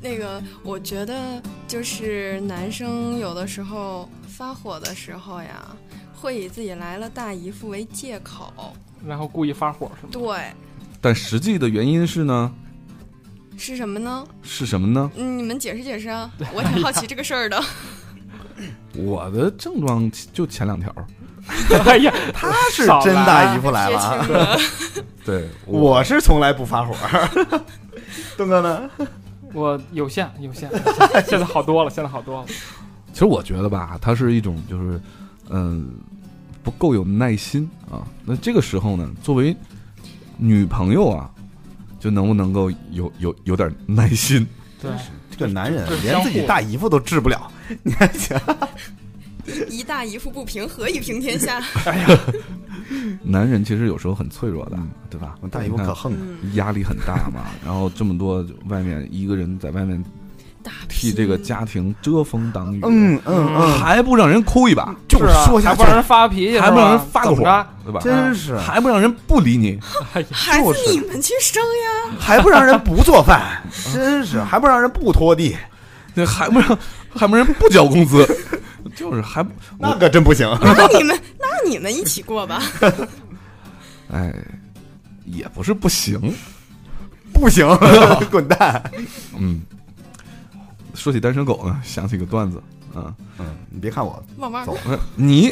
那个，我觉得就是男生有的时候发火的时候呀，会以自己来了大姨夫为借口。
然后故意发火是吗？
对，
但实际的原因是呢，
是什么呢？
是什么呢？
嗯，你们解释解释啊，我挺好奇这个事儿的。
我的症状就前两条，
哎呀，
他是
少
真
来
大姨夫来
贴
了
清
啊。
了，
对
我是从来不发火。 东哥呢？
我有限有限， 现在好多了，现在好多了。
其实我觉得吧，它是一种就是，嗯、不够有耐心啊。那这个时候呢，作为女朋友啊，就能不能够有有有点耐心？
对，
这个男人
这是
连自己
相互
大姨夫都治不了，你还想？
一大姨夫不平，何以平天下？
男人其实有时候很脆弱的，对吧？
嗯我大姨夫
你看
可横了。
嗯，
压力很大 嘛，然后这么多外面一个人在外面
大
替
批
这个家庭遮风挡雨，
嗯嗯嗯，
还不让人哭一把，
就是
啊
说下
还
去
不让人发脾
哎
气，
还不让人发个
是
火
吧，
对吧？
真是
还不让人不理你，
孩
就
子
是
你们去生呀！
还不让人不做 饭，真是还不让人不拖地，
对，还不让还不让人不交工资，就是还不
那可真不 行。
那你们那你们一起过吧。
哎，也不是不行，
不 行，滚蛋！
嗯。说起单身狗呢，想起个段子啊，
嗯，你别看我，
旺旺
走，
你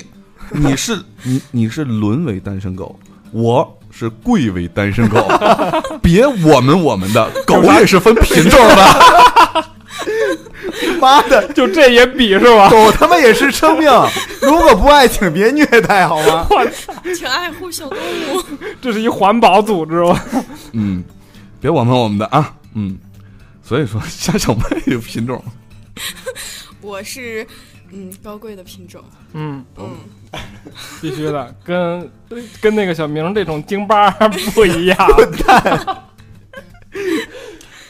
你是你你是沦为单身狗，我是贵为单身狗，别我们我们的狗也是分品种的，
妈的，
就这也比是 吧？
狗他妈也是生 命，如果不爱，请别虐待，好 吗？
请爱护小动物。
这是一环保组织吧？
嗯，别我们我们的啊，嗯，所以说下小麦有品种，
我是嗯高贵的品种，
嗯，
嗯，
必须的，跟跟那个小明这种京巴儿不 一样。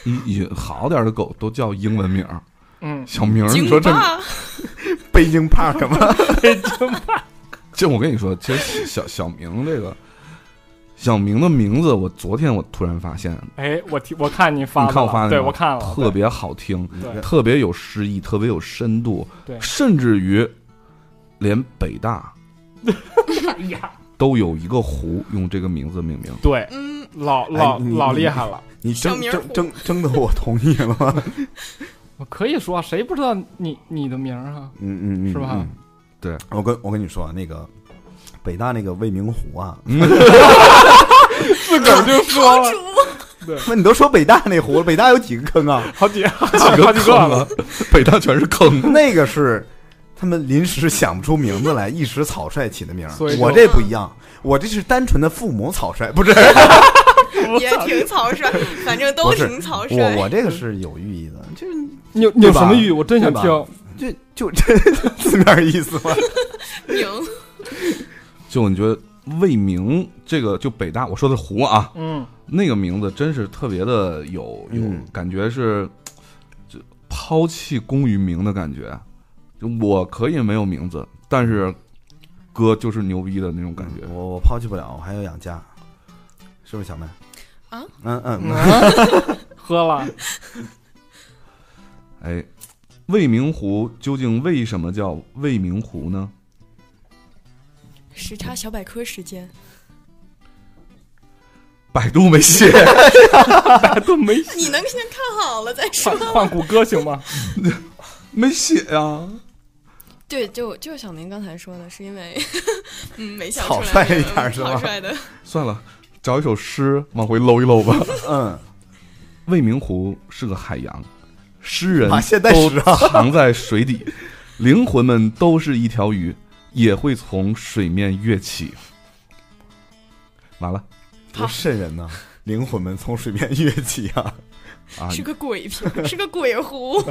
嗯，也好点儿的狗都叫英文名儿，
嗯，
小名儿，你
京
说这
巴
北京 Park 吗？
北京巴儿
这我跟你说，其实小小明这个小明的名字，我昨天我突然发现，
哎，我听我看你发的了，
你看我发的
对
吗
啊我看了，
特别好听，
对
特别有诗意，特别有深度，
对
甚至于连北大
对哎呀，
都有一个湖用这个名字命 名。
对，
嗯，
老老
哎你
老厉害了。
你
小
征
名
征征征得我同意了吗？
我 可以说，谁不知道你你的名儿啊？
嗯嗯嗯，
是吧
嗯？
对
我跟我跟你说啊，那个北大那个未名湖啊，
自个儿就说
好
了
主。
那你都说北大那湖了，北大有几个坑 啊？
好几
几
好几个
坑
了
啊，，北大全是坑。
那个是他们临时想不出名字来，一时草率起的名儿
所以。就
我这不一样，我这是单纯的父母草率，不是
也挺草率，反正都
不是
挺草率。
我我这个是有寓意的，就
你有你
对
有
吧
什么欲？我真想听
对。就就 这字面意思嘛。
赢
就你觉得魏明这个就北大，我说的湖啊，
嗯，
那个名字真是特别的有有
嗯
感觉是，就抛弃功于名的感觉。就我可以没有名字，但是哥就是牛逼的那种感 觉。
我我抛弃不了，我还要养家，是不是小妹？
啊，
嗯嗯，
嗯 喝了，
哎，未名湖究竟为什么叫未名湖呢？
时差小百科时间，
百度没写，
百度没
你能先看好了再说
换。换谷歌行吗？
没写啊呀。
对，就就小明刚才说的，是因为 嗯没想
草
出来
率一
嗯
点是吧
草率的，
算了，找一首诗往回搂一搂吧。
嗯，
未名湖是个海洋，诗人
啊现代
都
诗啊
藏在 水底，灵魂们都是一条鱼，也会从水面跃起。完了
多瘆人呐！灵魂们从水面跃起啊！
啊，
是 个鬼瓶，是个鬼壶。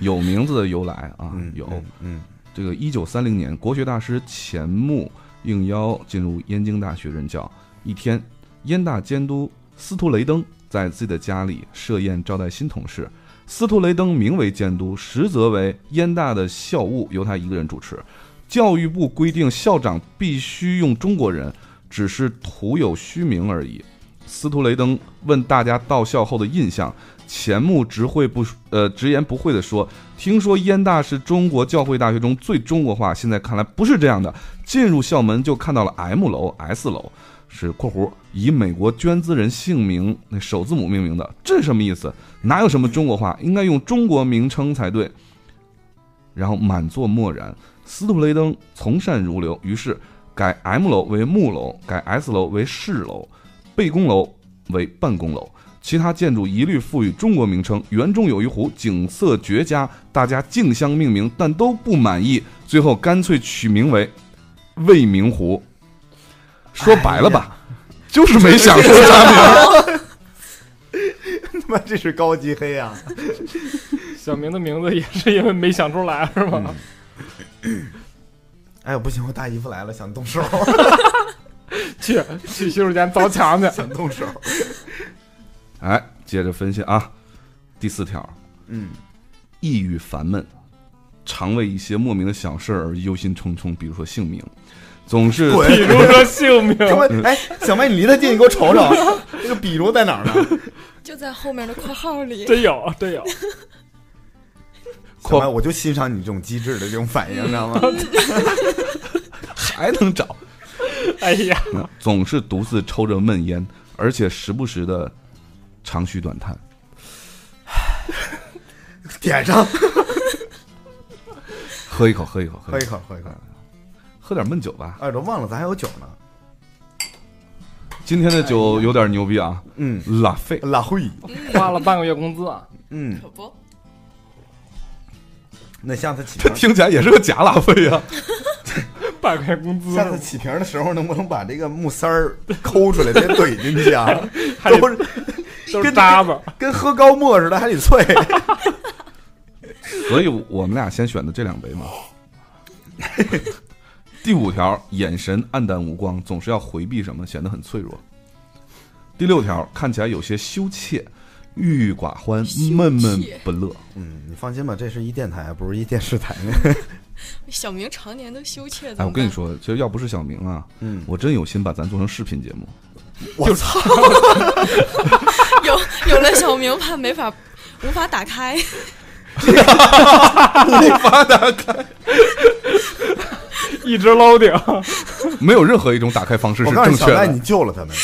有名字的由来啊，
嗯，
有
嗯，
这个一九三零年，国学大师钱穆应邀进入燕京大学任教。一天，燕大监督司徒雷登在自己的家里设宴招待新同事。司徒雷登名为监督，实则为燕大的校务，由他一个人主持。教育部规定，校长必须用中国人，只是徒有虚名而已。司徒雷登问大家到校后的印象，钱穆直会不呃直言不讳地说：“听说燕大是中国教会大学中最中国化，现在看来不是这样的。进入校门就看到了 M 楼、S 楼，是（括弧）以美国捐资人姓名那首字母命名的，这是什么意思？哪有什么中国化？应该用中国名称才对。然后满座默然。司徒雷登从善如流，于是改 M 楼为木楼，改 S 楼为市楼，备公楼为办公楼。其他建筑一律赋予中国名称。园中有一湖，景色绝佳，大家竞相命名，但都不满意，最后干脆取名为未名湖。说白了吧，就是没想出来。
他 妈这是高级黑啊！
小明的名字也是因为没想出来是吗？
哎呦，不行，我大姨夫来了，想动 手，
去去洗手间凿墙去。
想动手。
哎，接着分析啊，第四条，
嗯，
抑郁烦闷，常为一些莫名的小事而忧心忡忡，比如说姓名，总是
滚
比如说姓名，
他妈，哎，小妹，你离他近，你给我瞅瞅，这个比如在哪儿呢？
就在后面的括号里，
真有真有。
小妹，我就欣赏你这种机智的这种反应，知道吗？
还能找。
哎呀，
总是独自抽着闷烟，而且时不时的长吁短叹。
点上，
喝一口，喝一口，
喝
一
一
口，
口，喝一口。
喝点闷酒吧。
哎，都忘了咱还有酒呢。
今天的酒有点牛逼啊，
嗯，
拉菲。
拉会。
花了半个月工资啊！
嗯，
可不，
那下次 起
这
瓶，
听起来也是个假拉菲啊。
半个月工资，
下次起瓶的时候，能不能把这个木塞儿抠出来，别怼进 去啊？
还得
都是
都是渣子。
跟喝高沫似的，还得 啐。
所以我们俩先选的这两杯嘛。 第五条，眼神暗淡无光，总是要回避什么，显得很脆弱。第六条，看起来有些羞怯，郁郁寡欢，闷闷不乐。
嗯，你放心吧，这是一电台，不是一电视台。
小明常年都羞怯。
哎，
怎么
我跟你
办，
说，其实要不是小明啊，
嗯，
我真有心把咱做成视频节目。
我操，
有有了小明，怕没法无法打开。
一直捞顶，
没有任何一种打开方式
我
是
告诉
正
你，
确
小赖，
的
你。救了他们。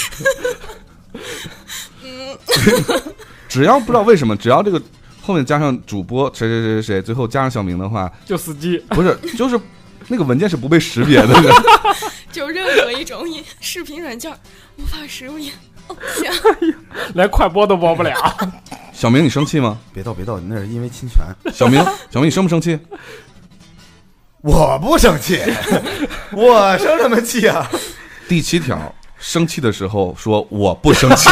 只要不知道为什么，只要这个后面加上主播谁谁谁谁谁，最后加上小明的话，
就死机。
不是就是那个文件是不被识别的。
就任何一种音视频软件儿无法使用音。哦，天啊，
连快播都播不了。
小明，你生气吗？
别逗，别逗，那是因为侵权。
小明，小明，你生不生气？
我不生气，我生什么气啊？
第七条，生气的时候说我不生气，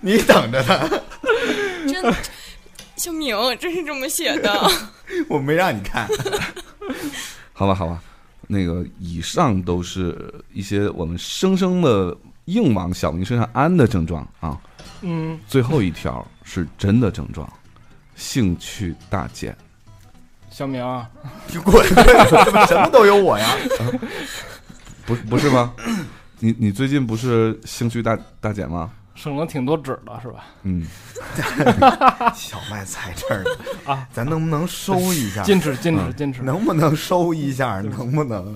你等着他，
真的小明真是这么写的。
我没让你看。
好吧，好吧。那个以上都是一些我们生生的硬往小明身上安的症状啊。
嗯，
最后一条是真的症状，兴趣大减。
小明啊，
你滚！怎么什么都有我呀？
不是不是吗？你你最近不是兴趣大大减吗？
省了挺多纸的是吧？
嗯，
小麦在这儿呢
啊，
咱能不能收一
啊
下？
矜持，矜
嗯
持，矜持。
能不能收一下？能不能？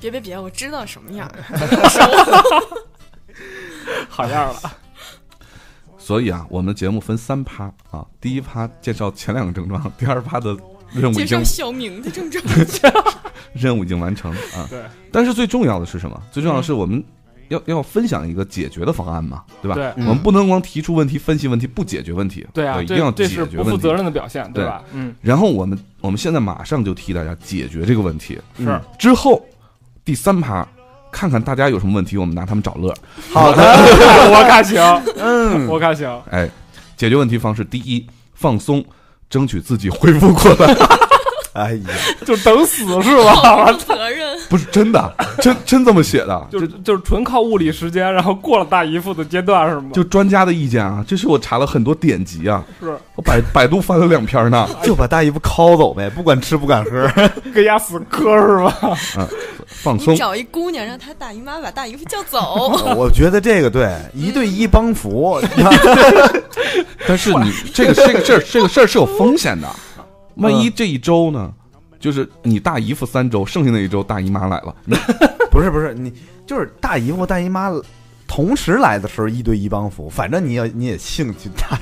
别别别，我知道什么样儿。
好样了。
所以啊，我们节目分三趴啊，第一趴介绍前两个症状，第二趴的任务
介
已经
绍小明 的症状，
任务已经完成啊。
对嗯
但是最重要的是什么？最重要的是我们要要分享一个解决的方案嘛，对吧？
对
嗯
我们不能光提出问题、分析问题，不解决问题。呃
对啊，
一定要
这
解
这是
决
不
问
负
题
责。任的表现，
对
吧？嗯，
然后我们我们现在马上就替大家解决这个问题。
是
嗯
之后第三趴，看看大家有什么问题，我们拿他们找乐。
好的，
我看行，
嗯，
我看行。
哎，解决问题方式第一，放松，争取自己恢复过 来。
哎呀，
就等死是吧？
负责任。
不是真的，真真这么写的。
就是就是纯靠物理时间，然后过了大姨夫的阶段是吗？
就专家的意见啊，这是我查了很多典籍啊，
是
我百百度翻了两篇呢。
就把大姨夫拷走呗，不管吃不管喝。
跟丫死磕是 吧？
放松
你，找一姑娘，让她大姨妈把大姨夫叫 走。
我觉得这个对，一对一帮扶，
但是你这个这个 事儿这个事儿是有风险的，万
嗯
一这一周呢，就是你大姨夫三周，剩下那一周大姨妈来了，
不是不是，你就是大姨夫大姨妈同时来的时候一对一帮扶，反正你也你也兴趣大，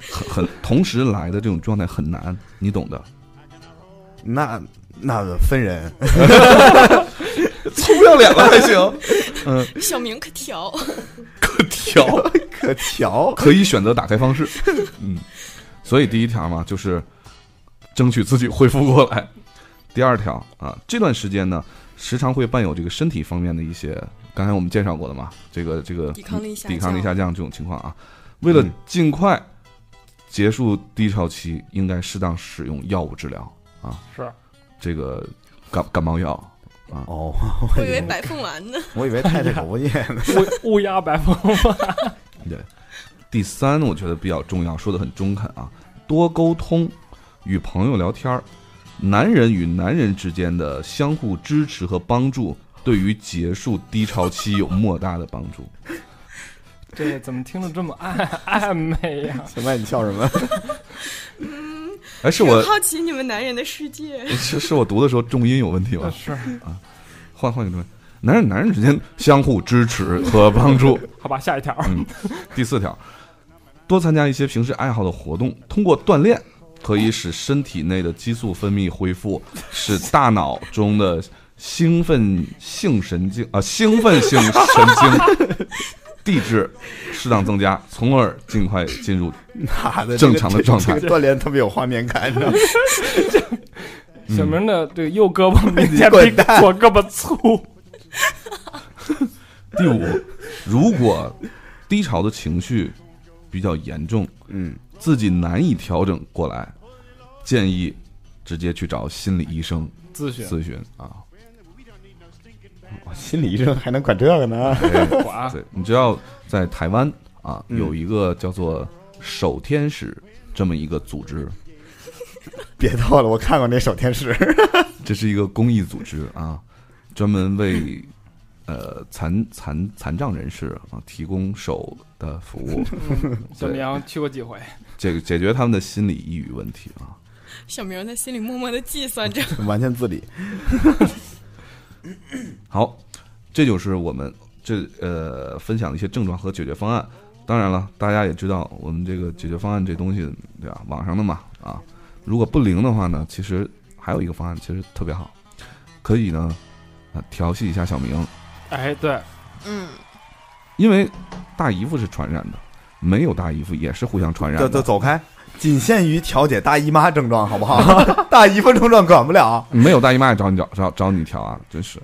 很很同时来的这种状态很难，你懂的。
那那分人，
臭不要脸了还 行，嗯，
小明可调，
可调，
可调。
可以选择打开方式， 嗯，所以第一条嘛就是争取自己恢复过来。第二条啊，这段时间呢，时常会伴有这个身体方面的一些，刚才我们介绍过的嘛，这个这个
抵抗力下降
抵抗力下降这种情况啊，为了
嗯
尽快结束低潮期，应该适当使用药物治疗啊，
是
这个感感冒药啊，
哦，
我以为白凤丸呢。
我以为太太口服液呢。
乌乌鸦白凤 凰，
对，第三，我觉得比较重要，说的很中肯啊，多沟通，与朋友聊天儿，男人与男人之间的相互支持和帮助，对于结束低潮期有莫大的帮助。
这怎么听着这么暧暧昧呀？
小麦，你笑什么？
哎，是 我
挺好奇你们男人的世界。
是是我读的时候重音有问题吗？
是
换换一个重音，男人与男人之间相互支持和帮助。
好吧，下一条
嗯，第四条，多参加一些平时爱好的活动，通过锻炼可以使身体内的激素分泌恢复，使大脑中的兴奋性神经啊、兴奋性神经递质适当增加，从而尽快进入。
妈的，
正常的状态
这个锻炼特别有画面感，你知道吗？
嗯
小明的这个右 胳膊明显比左胳膊粗，
第五，如果低潮的情绪比较严重，
嗯，
自己难以调整过来，建议直接去找心理医生
咨询
咨询啊。
心理医生还能管这个 呢？
哎管
对，你知道在台湾啊，
嗯
有一个叫做守天使这么一个组织，
别逗了，我看过那守天使。
这是一个公益组织啊，专门为呃残残残障人士啊提供手的服务，
嗯小明去过几回？
解解决他们的心理抑郁问题啊。
小明在心里默默的计算 着，
完全自理，
好，这就是我们这呃分享的一些症状和解决方案。当然了，大家也知道我们这个解决方案这东西，对吧？网上的嘛，啊，如果不灵的话呢，其实还有一个方案，其实特别好，可以呢，啊，调戏一下小明，
哎，对，
嗯，
因为大姨夫是传染的，没有大姨夫也是互相传染
走走
的。
走开，仅限于调节大姨妈症状，好不好？ 大姨夫症状管不了。
没有大姨妈也找你找找找你调啊，真是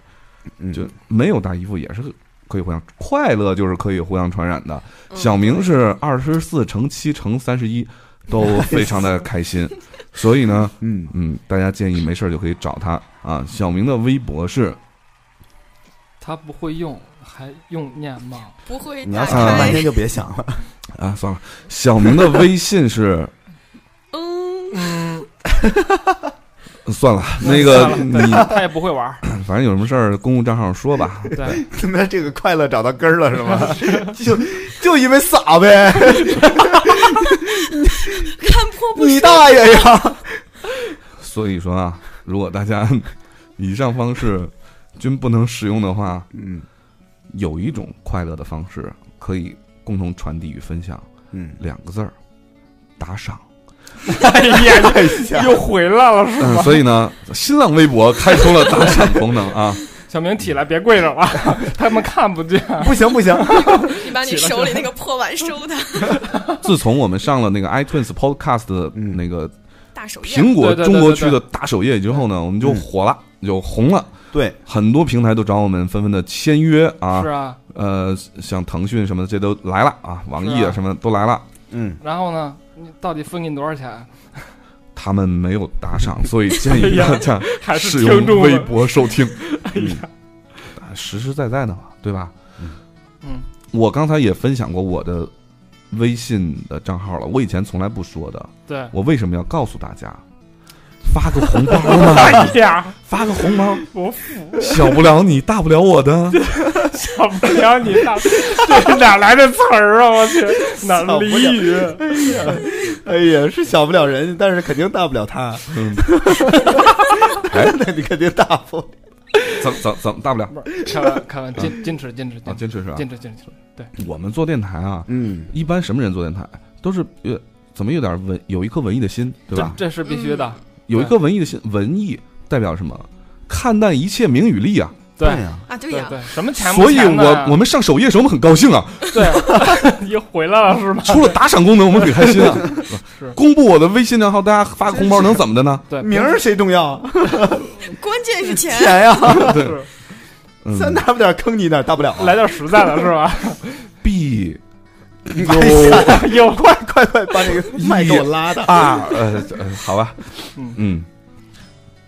嗯
就没有大姨夫也是可以互相快乐，就是可以互相传染的。
嗯
小明是二十四乘七乘三十一，都非常的开心。所以呢，
嗯，
嗯，大家建议没事儿就可以找他啊。小明的微博是
他不会用，还用念吗？
不会
你要
打
想了半
开。
天就别想了。
啊，算了，小明的微信是
嗯，
嗯，
算了，那个
算
你
他也不会玩。
反正有什么事儿，公共账号说吧。
对，
那这个快乐找到根儿了是 吗？就就因为傻呗，
看破不
你大爷 呀！
所以说啊， 如果大家以上方式均不能使用的话，
嗯，
有一种快乐的方式可以共同传递与分享，
嗯，
两个字儿，打赏。
哎 呀，
哎呀
又回来了 是
嗯，
吗？
所以呢，新浪微博开通了打赏功能啊，
小明起来，别跪着了， 他们看不见。
啊
不行不行，
你把你手里那个破碗 收它，
自从我们上了那个 iTunes Podcast 的
嗯
那个
大手印。
苹果
对对对对
中国区的大首页之后呢，我们就
嗯
火了，就红了，
对，
很多平台都找我们纷纷的签约啊
是，啊，
呃，像腾讯什么的这都来了啊，网易
是
啊
啊
什么的都来了，
嗯，
然后呢，你到底分给你多少钱？
他们没有打赏，所 以建议
哎
大
呀
家
还是
使
听
用
众
微
们
博收听，
哎呀，
啊实实在在的嘛，对吧？
嗯，
我刚才也分享过我的微信的账号了，我以前从来不说的，
对。
我为什么要告诉大家？发个红包 嘛，
哎呀，
发个红包，
我
小不了你，大不了我的。
想不了你大， 这哪来的词儿啊！我去，哪
想不了
俚语？
哎呀，是小不了人，但是肯定大不了他，
嗯，
那你肯定大不了。
怎怎怎大不了
不是，开玩开玩，矜矜持矜持
啊？
矜持
坚持是吧？
矜持矜持，对，
我们做电台啊，
嗯，
一般什么人做电台都是呃，怎么有点文，有一颗文艺的心，对
这
吧？
这是必须的，
有一颗文艺的心，文艺代表什么？看淡一切名与利啊！
对
呀，
啊，对
对
呀，
对，什么钱不
所以
钱的呀？
我我们上首页时候我们很高 兴啊，
对 又回来了是吗？
除了打赏功能我们很开心啊。
是
公布我的微信账号，大家发个红包能怎么的呢？
对，
名儿谁重要？
关键是钱。
钱呀，
是
嗯
咱大不了坑你一点，大不了啊。
来点实在了是吧？
，B
哎呀，
又
快快快把那个麦给我拉的！
啊，呃，呃好吧，
嗯
嗯，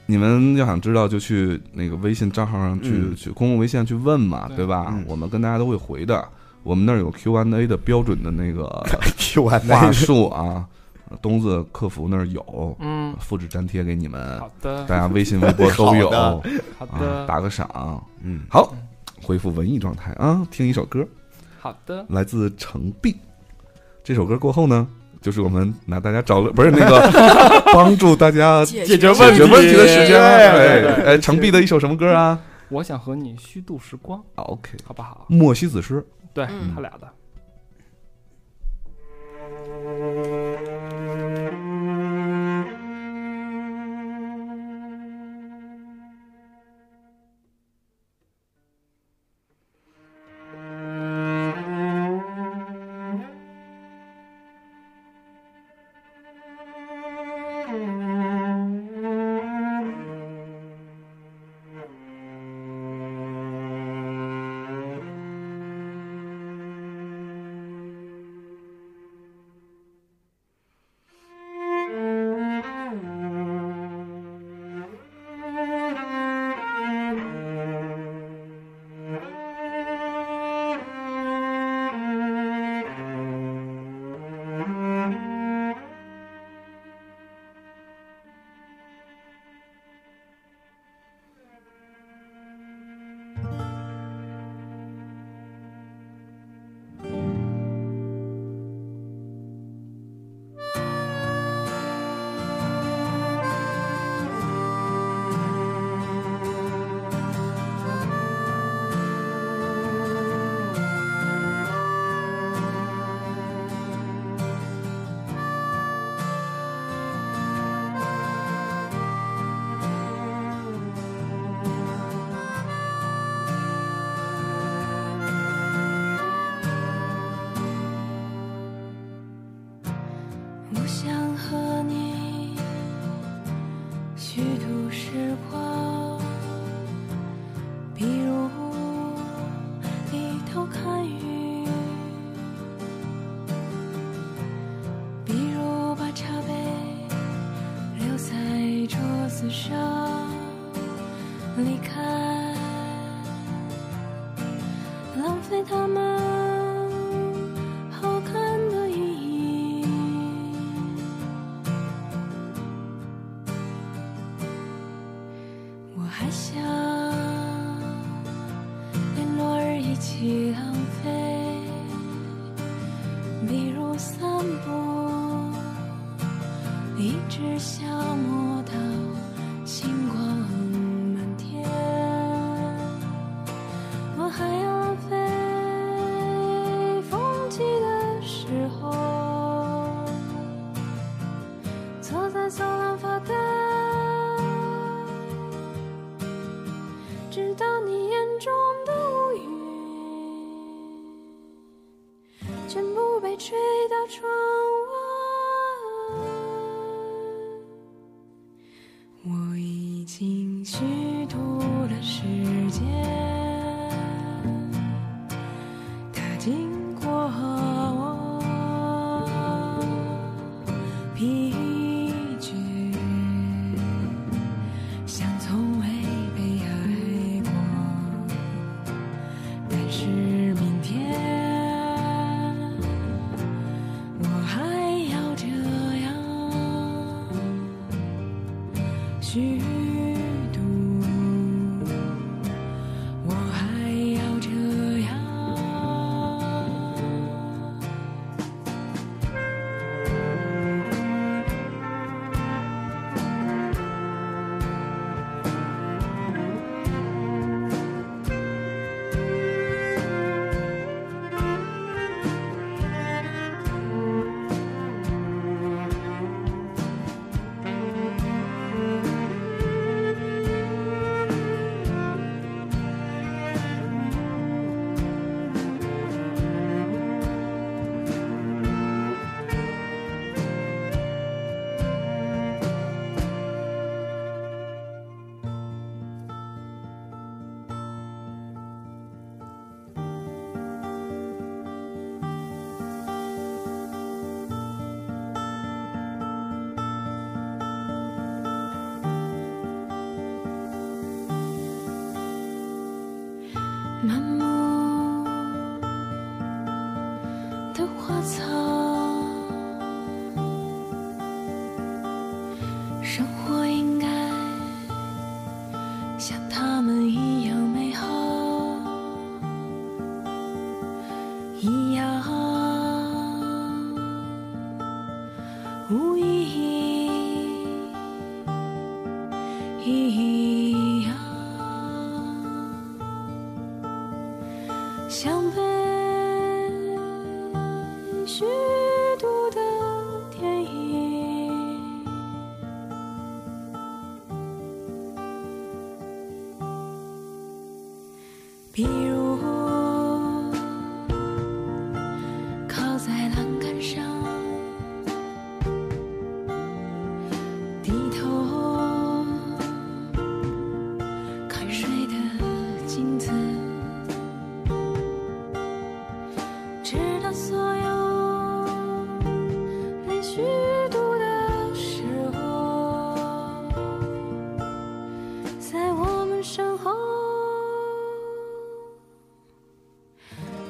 你们要想知道就去那个微信账号上去、
嗯
去公共微信上去问嘛，
对
对吧？
嗯
我们跟大家都会回的，我们那儿有 Q&A 的标准的那个
Q 完
话
那个，
术啊，东子客服那儿有，
嗯，
复制粘贴给你们
好，的
大家微信、微博都有
好
啊，
好的
打个赏，
嗯，
好
嗯，
恢复文艺状态啊，听一首歌。
好的，
来自程璧。这首歌过后呢，就是我们拿大家找了不是那个 帮助大家解
解决
决问题的时间了。
对对
哎
对
哎，程璧的一首什么歌啊
我想和你虚度时光，
啊？OK，
好不好？
莫西子诗。
对
嗯
他俩的，
我想和你虚度时光，比如一头看雨，比如把茶杯留在桌子上离开，浪费它们。好看的意义。我还想跟落日一起浪费，比如散步，一直消磨到星光满天。我还要浪费。吹到窗外。我已经虚度了时间，它经过我疲倦，像从未被爱过。但是明天，我还要这样。虚度，我还要这样。满目的花草，生活应该像他们一样美好，一样无意义，一样。像被虚度的电影，比如靠在栏杆上，低头看谁的镜子。直到所有被虚度的时候，在我们身后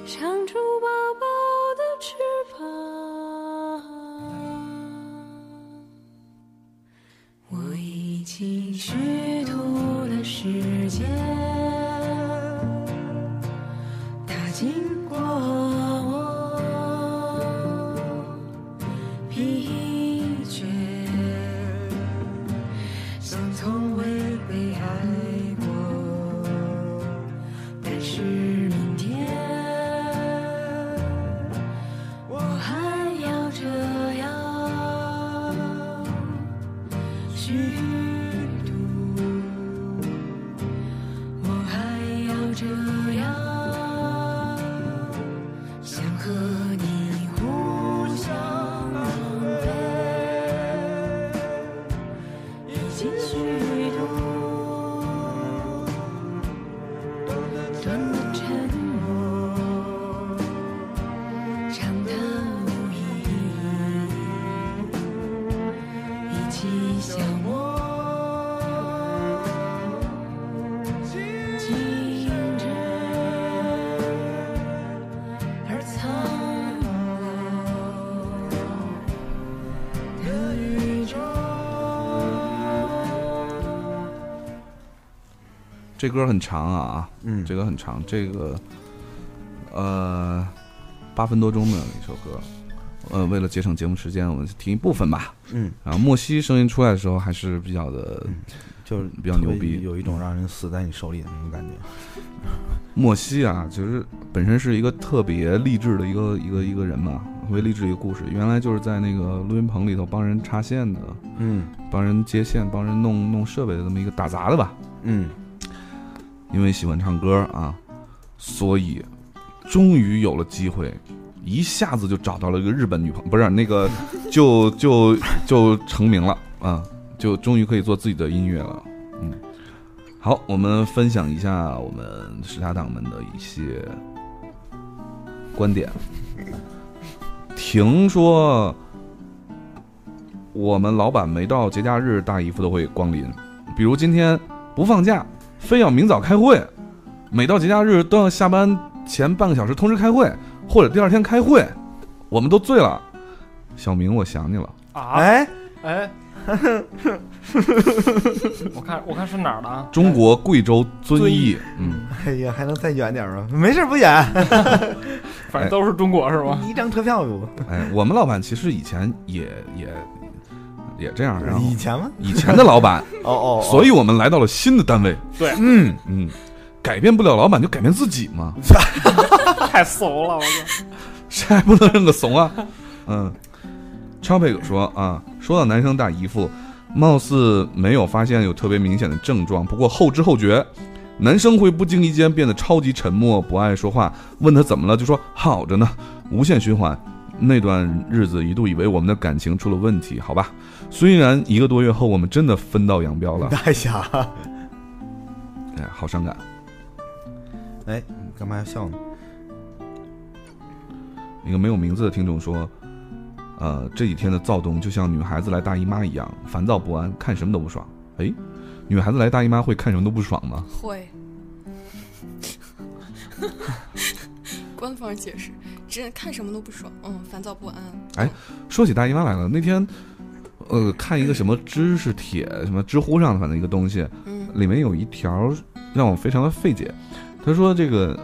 长出薄薄的翅膀。我已经虚度了时间。它经过我疲倦，像从未被爱过。但是明天，我还要这样虚度，我还要这样。想和你互相狼狈，已经虚度，短的沉默，长叹无意义，一起消磨。静止而苍老的宇宙。
这歌很长啊，
嗯，
这个很长，这个呃八分多钟的一首歌，呃，为了节省节目时间，我们听一部分吧。
嗯，
然后莫西声音出来的时候还是比较的，
就是
比较
特别
牛逼
有一种让人死在你手里的那种感觉。
莫西啊，其实本身是一个特别励志的一个一个一个人嘛，特别励志的一个故事。原来就是在那个录音棚里头帮人插线的，
嗯
帮人接线、帮人弄弄设备的这么一个打杂的吧。
嗯
因为喜欢唱歌啊，所以终于有了机会，一下子就找到了一个日本女朋友，不是那个就就就成名了啊，就终于可以做自己的音乐了。嗯，好，我们分享一下我们时差党们的一些观点。听说我们老板每到节假日，大姨夫都会光临，比如今天不放假，非要明早开会，每到节假日都要下班前半个小时通知开会，或者第二天开会，我们都醉了。小明，我想你了，
啊，
哎，
哎， 我看我看是哪儿的啊？
中国贵州遵
遵
义
义，
嗯，
哎呀，还能再远点吗？没事，不远，
哎，反正都是中国是吗？
一张车票不？
哎，我们老板其实以前也也也这样，然后
以前吗？
以前的老板，
哦哦，哦
所以我们来到了新的单位，
嗯，
嗯，改变不了老板就改变自己嘛，
太怂了，我操！
谁还不能认个怂啊？嗯 c h o p i 说啊，说到男生大姨夫，貌似没有发现有特别明显的症状，不过后知后觉，男生会不经意间变得超级沉默，不爱说话。问他怎么了，就说好着呢，无限循环。那段日子一度以为我们的感情出了问题，好吧。虽然一个多月后我们真的分道扬镳了，
大侠，
哎，好伤感。
哎，你干嘛要笑呢？
一个没有名字的听众说：“呃，这几天的躁动就像女孩子来大姨妈一样，烦躁不安，看什么都不爽。”哎，女孩子来大姨妈会看什么都不爽吗？
会。 官方解释，真看什么都不爽，嗯，烦躁不安。
说起大姨妈来了，那天，呃，看一个什么知识帖，什么知乎上的反正一个东西，
嗯
里面有一条让我非常的费解。他说这个，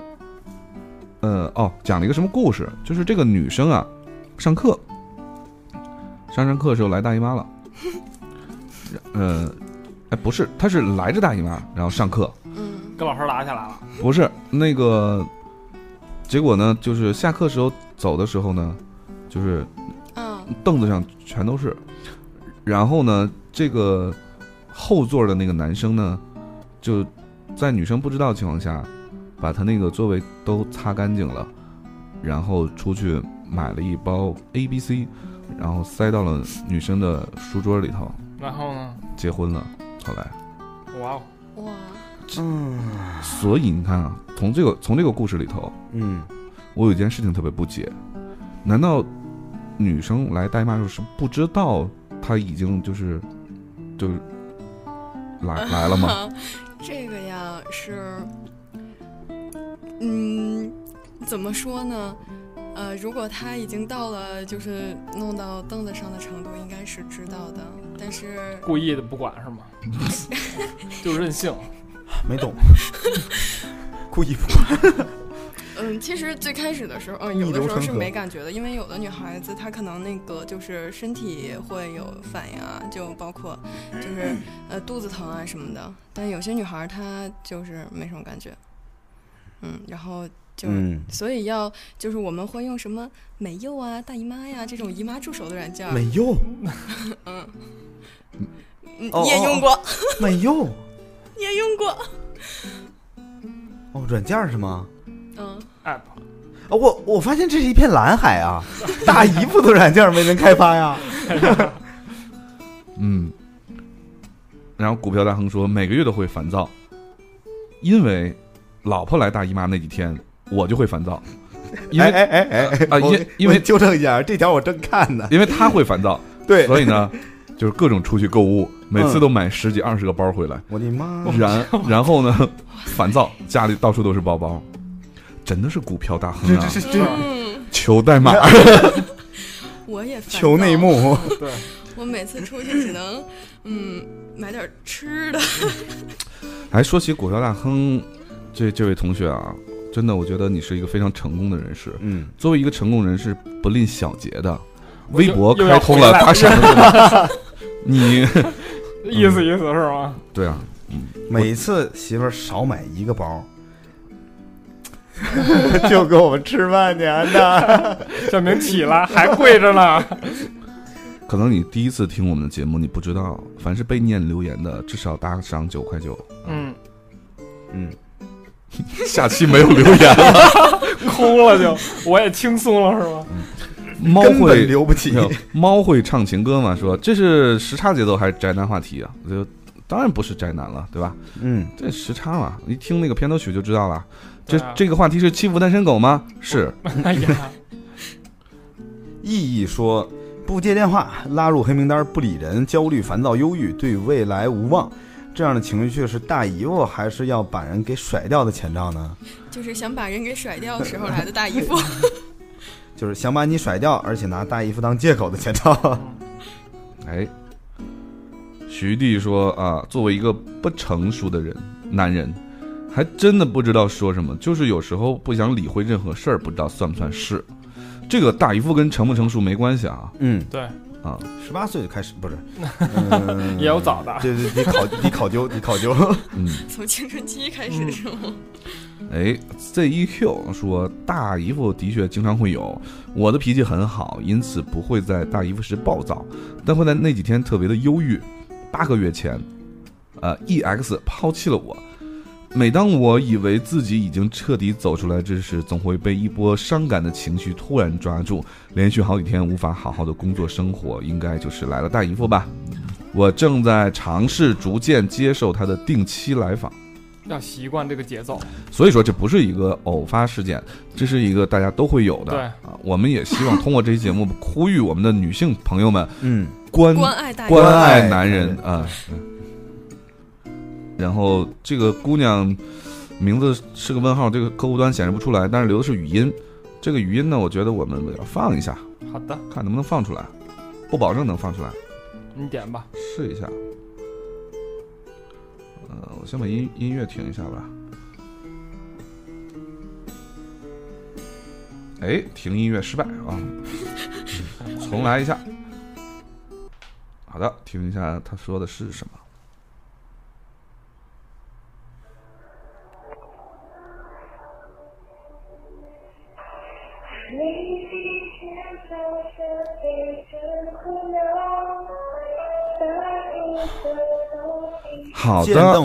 呃，哦，讲了一个什么故事，就是这个女生啊，上课，上上课的时候来大姨妈了， 呃，哎，不是，她是来着大姨妈，然后上课，
嗯
跟老师拉起来了，
不是那个，结果呢，就是下课时候走的时候呢，就是
嗯
凳子上全都是。然后呢，这个后座的那个男生呢，就在女生不知道的情况下，把他那个座位都擦干净了，然后出去买了一包 A、B、C，然后塞到了女生的书桌里头，
然后呢？
结婚了。后来，
哇哦，
哇，
嗯
所以你看啊，从这个从这个故事里头，
嗯，
我有一件事情特别不解，难道女生来大姨妈的时候是不知道她已经就是就是来 来了吗？
这个呀是，嗯，怎么说呢？呃，如果他已经到了就是弄到凳子上的程度，应该是知道的。但是
故意的不管是吗？就任性，
没 懂，故意不
嗯，其实最开始的时候，嗯，
逆
有的
流
时候
成
是
河
没感觉的，因为有的女孩子她可能那个就是身体会有反应啊，就包括就是呃肚子疼啊什么的，但有些女孩她就是没什么感觉，嗯，然后就、
嗯，
所以要就是我们会用什么美柚啊、大姨妈呀、这种姨妈助手的软件儿，
没用，
嗯，嗯
哦
你也
哦
用过，
没用，
你也用过，
哦，软件是吗？
嗯，
app
啊，我我发现这是一片蓝海啊！大姨夫的软件没人开发呀。
嗯。然后股票大亨说每个月都会烦躁，因为老婆来大姨妈那几天我就会 烦躁，因为、
哎哎哎哎
啊
我
因因为
我纠正一下，这条我正看呢。
因为她会 烦躁，
对，
所以呢就是各种出去购物，每
嗯
次都买十几二十个包回来。
我的妈！
然然后呢，烦躁，家里到处都是包包，真的是股票大亨啊！
这
嗯，
求代码，
我也烦
求内
躁
幕，
对，
我每次出去只能，嗯，买点吃的。
哎，说起股票大亨，这这位同学啊，真的，我觉得你是一个非常成功的人士。
嗯，
作为一个成功人士，不吝小节的，
我
微
又
博
又
开
要
通
回
了
来
打赏的功能。 你
意思意思是吗？
对啊，
每次媳妇儿少买一个包， 就给我们吃饭钱的。
小明起来还跪着呢，
可能你第一次听我们的节目，你不知道，凡是被念留言的，至少打赏九块九。
嗯，
嗯，
下期没有留言了，
空了就，我也轻松了是吧？
猫
根本
会
留不起。
没有 猫会唱情歌吗？说这是时差节奏还是宅男话题啊？我就当然不是宅男了，对吧？
嗯，
这时差嘛，一听那个片头曲就知道了。这、
对啊
这个话题是欺负单身狗吗？是，
哎呀，
意义说不接电话，拉入黑名单，不理人，焦虑、烦躁、忧郁，对未来无望，这样的情绪是大姨夫还是要把人给甩掉的前兆呢？
就是想把人给甩掉的时候来的大姨 夫。
就是想把你甩掉，而且拿大姨夫当借口的前 兆。
哎，徐弟说啊，作为一个不成熟的人，男人还真的不知道说什么，就是有时候不想理会任何事儿，不知道算不算是。这个大姨夫跟成不成熟没关系啊
嗯，
对，
啊，
十八岁就开始不是，嗯
也有早的
对对，你考你考究，你考究。
嗯，
从青春期开
嗯
始是吗？
哎，ZEQ 说大姨夫的确经常会有，我的脾气很好，因此不会在大姨夫时暴躁，但会在那几天特别的忧郁。八个月前，呃，EX 抛弃了我。每当我以为自己已经彻底走出来之时，总会被一波伤感的情绪突然抓住，连续好几天无法好好的工作生活，应该就是来了大姨夫吧。我正在尝试逐渐接受他的定期来访。
要习惯这个节奏。
所以说，这不是一个偶发事件，这是一个大家都会有的。
对
啊，我们也希望通过这期节目呼吁我们的女性朋友们
嗯，
关
关爱大姨
关
夫，
爱男人
关
啊。嗯然后这个姑娘名字是个问号，这个客户端显示不出来，但是留的是语音。这个语音呢，我觉得我们要放一下，
好的，
看能不能放出来，不保证能放出来，
你点吧。
试一下。呃，我先把音音乐停一下吧。哎，停音乐失败啊！重来一下。好的，听一下他说的是什么。
你的牵手是最真苦恼，在一个冬季。
好
见
的
邓，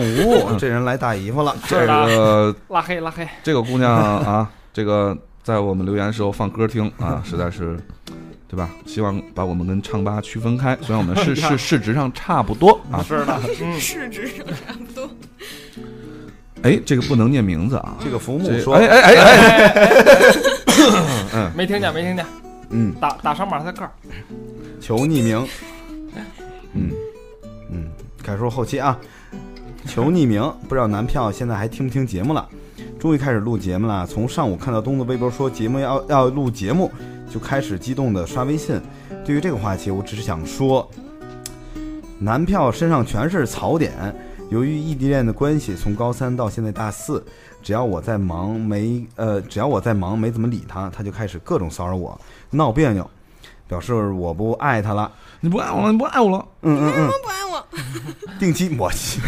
无，这人来大姨夫了。
这个
拉黑拉黑，
这个姑娘啊，这个在我们留言的时候放歌听啊，实在是，对吧？希望把我们跟唱吧区分开，虽然我们是是市值上差不多啊，
是的，嗯，
市值上差不多。
哎，这个不能念名字啊。
这个福
这
木说，
哎哎哎哎，
没听见没听见，
嗯，
打打上马赛克。
求匿名。嗯嗯，凯叔后期啊，求匿名。不知道男票现在还听不听节目了？终于开始录节目了。从上午看到东子微博说节目要要录节目，就开始激动的刷微信。对于这个话题，我只是想说，男票身上全是槽点。由于异地恋的关系，从高三到现在大四，只要我在忙没呃，只要我在忙没怎么理他，他就开始各种骚扰我，闹别扭，表示我不爱他了。
你不爱我了，你不爱我了。
嗯嗯嗯，
不爱我，
定期我去。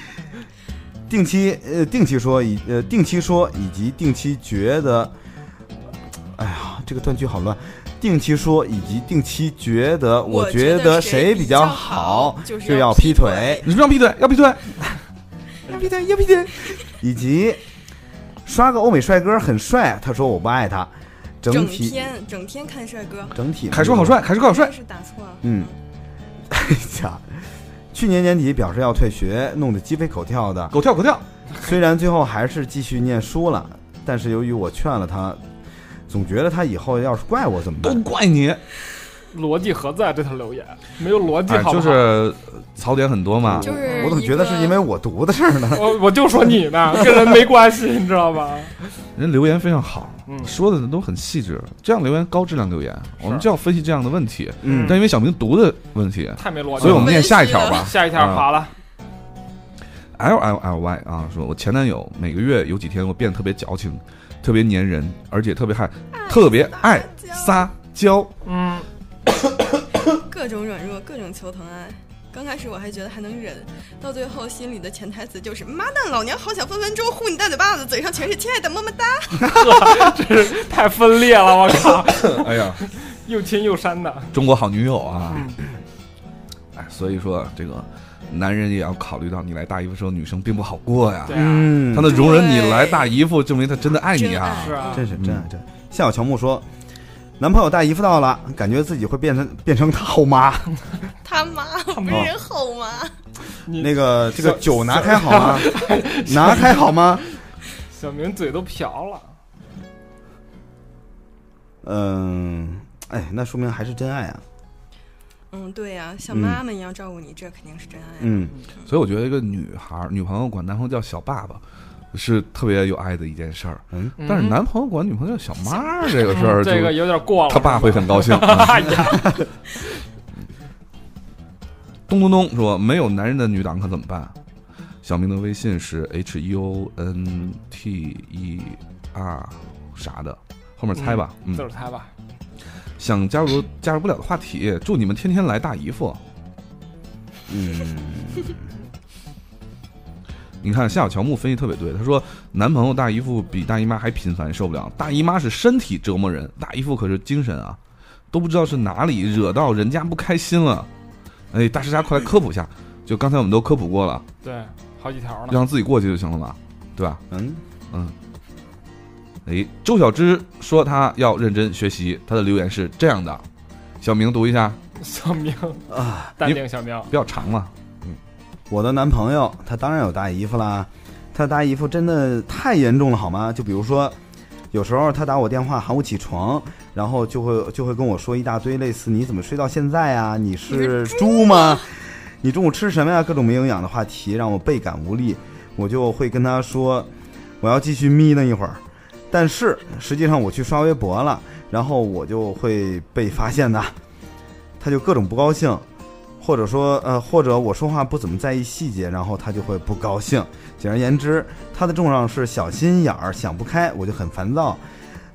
定期呃，定期说以呃，定期说以及定期觉得，哎呀，这个断句好乱。定期说以及定期觉得，我觉得谁比较好
就
就是要劈腿，
你是不是要劈腿，要劈腿。
以及刷个欧美帅哥很帅，他说我不爱他，整
整
体
天整天看帅哥，
整体
凯叔好帅，凯叔好帅
真。是打错了。
嗯， 哎呀，去年年底表示要退学，弄得鸡飞狗跳的，
狗跳狗跳，
虽然最后还是继续念书了，但是由于我劝了他，总觉得他以后要是怪我怎么
都
办？
怪你。
逻辑何在？这条留言没有逻辑，
哎，
好不
就是
好
呃槽点很多嘛。
就是
我总觉得是因为我读的事儿 呢。
我我就说 你呢，跟人没关系，你知道吧？
人留言非常好，
嗯
说的都很细致，这样留言高质量留言，我们就要分析这样的问题。
嗯
但因为小明读的问题，
太没逻辑了。
所以我们念下一条吧。
下一条
啊
好了，
L L L Y 啊，说我前男友每个月有几天我变得特别矫情，特别粘人，而且特别爱，特别爱撒娇。
嗯，
各种软弱，各种求疼爱。刚开始我还觉得还能忍，到最后心里的潜台词就是：妈蛋，老娘好想分分钟呼你大嘴巴子，嘴上全是亲爱的么么哒。
这是太分裂了，我靠，
哎呀，
又亲又删的。
中国好女友啊！哎，所以说这个男人也要考虑到你来大姨夫时候，女生并不好过呀。
对啊，
嗯
他能容忍你
对
来大姨夫，证明他真的爱你
真
啊。
爱
是啊
真是真爱
嗯
真爱。夏小乔木说，男朋友大姨夫到了，感觉自己会变成变成他后妈。
他妈，我不是人后妈，
你
那个这个
小
酒拿开好吗？ 拿开好吗？
小明嘴都瓢了。
嗯，哎，那说明还是真爱啊。
嗯，对呀、像妈妈一样照顾你，这肯定是真爱、啊。
嗯，
所以我觉得一个女孩儿、女朋友管男朋友叫小爸爸，是特别有爱的一件事儿。
嗯，
但是
嗯
男朋友管女朋友叫小妈儿这个事儿，
这个有点过了，
他爸会很高兴。
哎呀，
咚咚咚说没有男人的女党可怎么办？小明的微信是 h u n t e r 啥的，后面猜吧。嗯，
就是他吧。
想加入加入不了的话题，祝你们天天来大姨夫。
嗯，
你看夏小乔木分析特别对，他说男朋友大姨夫比大姨妈还频繁，受不了。大姨妈是身体折磨人，大姨夫可是精神啊，都不知道是哪里惹到人家不开心了。哎，大师家快来科普一下，就刚才我们都科普过了，
对，好几条呢。
让自己过去就行了嘛，对吧？
嗯，
嗯。哎，周小芝说她要认真学习，她的留言是这样的，小明读一下，
小明
啊，
淡定，小明
比较长了。
我的男朋友他当然有大姨夫啦，他大姨夫真的太严重了好吗？就比如说，有时候他打我电话喊我起床，然后就会就会跟我说一大堆类似“你怎么睡到现在啊？你是猪吗？你中午吃什么呀？”各种没营养的话题让我倍感无力，我就会跟他说我要继续眯瞪一会儿，但是实际上我去刷微博了，然后我就会被发现的，他就各种不高兴。或者说，呃，或者我说话不怎么在意细节，然后他就会不高兴。简而言之，他的症状是小心眼儿，想不开，我就很烦躁。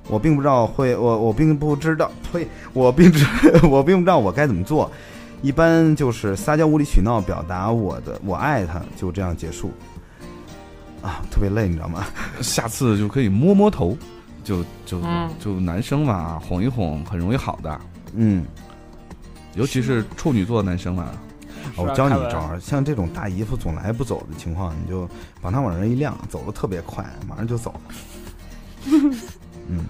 我并不知道会，我我并不知道， 呸，我并知我并不知道我该怎么做。一般就是撒娇无理取闹，表达我的我爱他，就这样结束。啊，特别累，你知道吗？
下次就可以摸摸头，就就
嗯
就男生嘛，哄一哄很容易好的，
嗯，
尤其是处女座男生嘛。
啊我教你一招儿，像这种大姨夫总来不走的情况，你就把他往那儿一晾，走的特别快，马上就走了。嗯。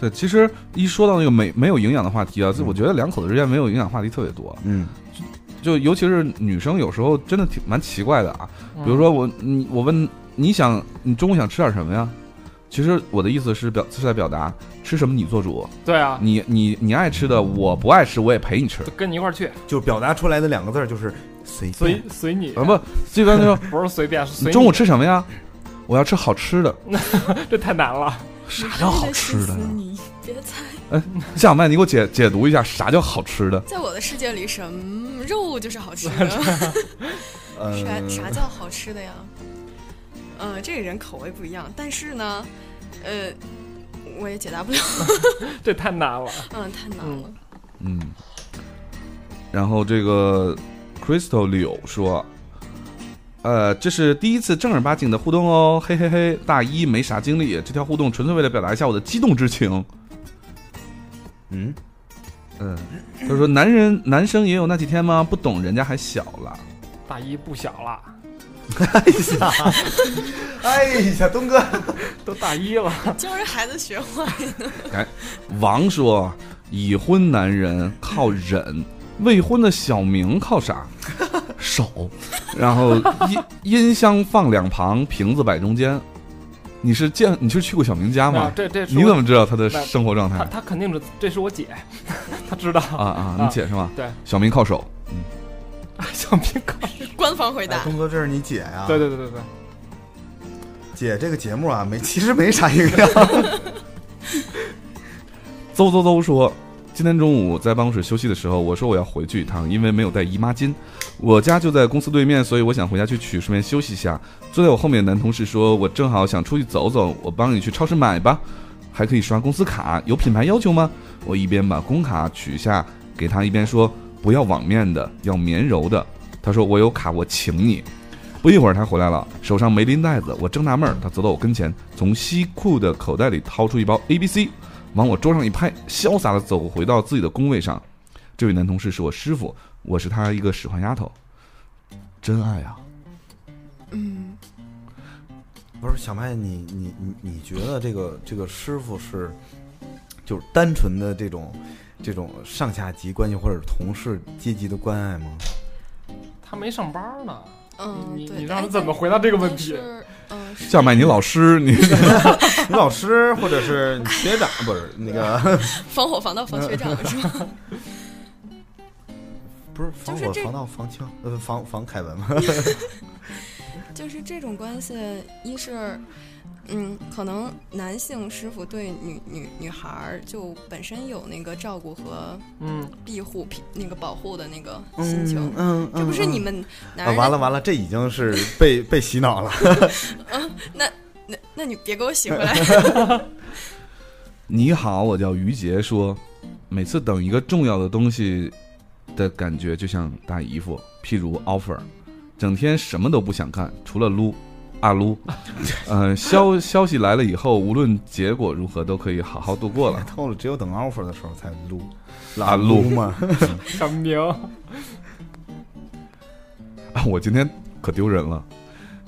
对，其实一说到那个没没有营养的话题啊，就我觉得两口子之间没有营养话题特别多，
嗯
就尤其是女生有时候真的挺蛮奇怪的啊。比
嗯
如说我你我问你想你中午想吃点什么呀？其实我的意思是表是在表达吃什么你做主，
对啊，
你你你爱吃的我不爱吃我也陪你吃
就跟你一块儿去，，
就表达出来的两个字儿就是随
随。随你，
啊不，这边就说
不是随便，是
你
随
中午
你。
吃什么呀？我要吃好吃的，
这太难了。
啥叫好吃的
真
呀？
是你别猜，
夏小麦，你给我解解读一下啥叫好吃的？
在我的世界里，什么肉就是好吃 的。啥
呃，
啥叫好吃的呀？呃，这个人口味不一样，但是呢，呃，我也解答不了，
这太难了。
嗯，太难了。
嗯，然后这个 Crystal 柳说，呃，这是第一次正儿八经的互动哦，嘿嘿嘿，大一没啥经历，这条互动纯粹为了表达一下我的激动之情。
嗯，
嗯，他说男人男生也有那几天吗？不懂人家还小了。
大一不小了，
哎呀，哎呀，东哥，
都大一了，
教人孩子学坏呢，
王说，已婚男人靠忍，未婚的小明靠啥？ 手。然后音音箱放两旁，瓶子摆中间。你是见你是去过小明家吗
啊？这这是
你
我
怎么知道他的生活状态
他他肯定是，这是我姐， 他知道
啊啊？你姐是吗？
对，
小明靠手。
小明哥，
官方回
哎
答。
东哥，这是你姐呀、
对对对对对，
姐这个节目啊，没其实没啥营养。
邹邹邹说，今天中午在办公室休息的时候，我说我要回去一趟，因为没有带姨妈巾。我家就在公司对面，所以我想回家去取，顺便休息一下。坐在我后面的男同事说，我正好想出去走走，我帮你去超市买吧，还可以刷公司卡，有品牌要求吗？我一边把工卡取下给他，一边说不要网面的，要棉柔的。他说我有卡，我请你。不一会儿他回来了，手上没拎袋子，我正纳闷儿，他走到我跟前，从西裤的口袋里掏出一包 A B C，往我桌上一拍，潇洒的走回到自己的工位上。这位男同事是我师傅，我是他一个使唤丫头。真爱啊！
嗯，
不是小麦，你你你你觉得这个这个师傅是就是单纯的这种这种上下级关系或者是同事阶级的关爱吗？
他没上班呢，
嗯，
你
对
你
哎
让他
但
怎么回答这个问
但
题？
是嗯，是
下麦，你老师，你
你老师或者是学长，不是那 个
防火防盗防学长是吗？
不是防
就
火
是这
防盗防枪呃防防凯文吗？
就是这种关系，一是，嗯，可能男性师傅对女女女孩儿就本身有那个照顾和
嗯，
庇护、庇那个保护的那个心情，
嗯
这不是你们男
啊，
人、
完了完了，这已经是被被洗脑了。
那那你别给我洗回来。
你好，我叫于杰。说，每次等一个重要的东西的感觉，就像大姨夫，譬如 offer，整天什么都不想干，除了撸啊撸。呃，消消息来了以后，无论结果如何，都可以好好度过了。
透了，只有等 offer 的时候才撸，
啊
撸
撸
嘛。
小明，
啊， 我今天可丢人了。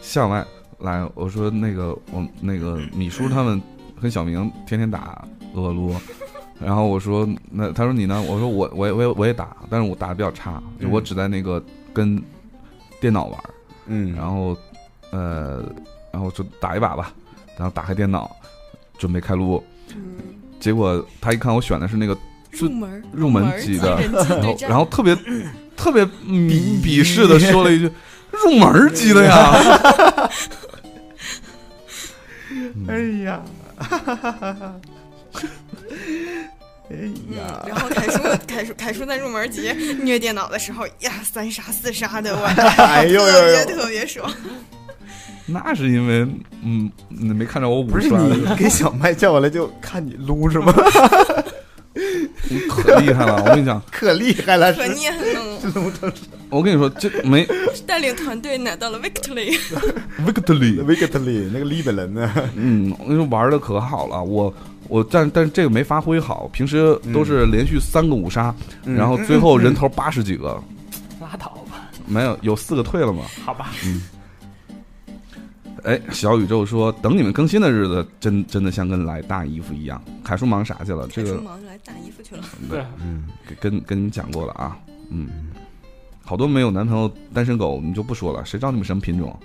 向外来，我说那个我那个米叔他们跟小明天天打撸啊撸，然后我说那他说你呢？我说我我也我也我也打，但是我打的比较差，就我
嗯
只在那个跟电脑玩儿，
嗯，
然后呃，然后就打一把吧，然后打开电脑准备开撸，
嗯，
结果他一看我选的是那个
入门
入门级的
人机
然
对
后
战，
然后特别特别鄙鄙视的说了一句：“入门儿级的呀。嗯
呀，
哎
哎
嗯，然后凯叔 凯叔凯叔在入 门级虐电脑的时候呀，三杀四杀的，我
哎呦
特别
呦呦！
特 别爽。”
那是因为嗯，你没看着我 五
不是
刷的，
你给小麦叫过来就看你撸是 吗？
你可厉害了！我跟你讲，
可厉害了，
可
是
念嗯了，
我跟你说，这没
带领团队拿到了 victory。
victory，
Victory 那个啊利本人呢？
嗯，我跟你说玩的可好了，我我但但是这个没发挥好，平时都是连续三个五杀，
嗯
然
嗯
后最后人头八十几个，
拉倒吧，
没有有四个退了嘛。
好吧，
哎，小宇宙说，等你们更新的日子，真真的像跟来大姨夫一样。凯叔忙啥去了？这
凯
个
叔忙着来打衣服去了。
对，
嗯，
跟跟你讲过了啊，嗯，好多没有男朋友单身狗，你就不说了，谁知道你们什么品种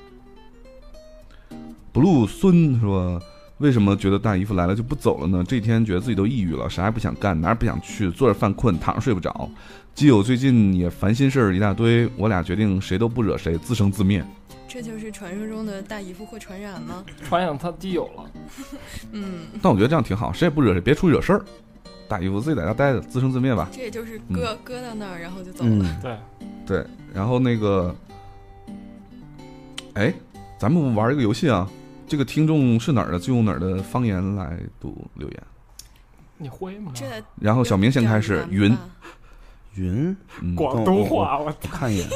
？blue 孙说，为什么觉得大姨夫来了就不走了呢？这几天觉得自己都抑郁了，啥也不想干，哪儿也不想去，坐着犯困，躺着睡不着。基友最近也烦心事儿一大堆，我俩决定谁都不惹谁，自生自灭。
这就是传说中的大姨夫会传染吗？
传染他基友了，
嗯，
但我觉得这样挺好，谁也不惹谁，别出去惹事儿。大姨夫自己在家待着，自生自灭吧。
这也就是
嗯
搁搁到那儿，然后就走了。
嗯，
对，
对，然后那个，哎，咱们玩一个游戏啊。这个听众是哪儿的？就用哪儿的方言来读留言。
你会吗？
这
然后小明先开始，云，
云，
嗯，
广东话，我
我看一 眼，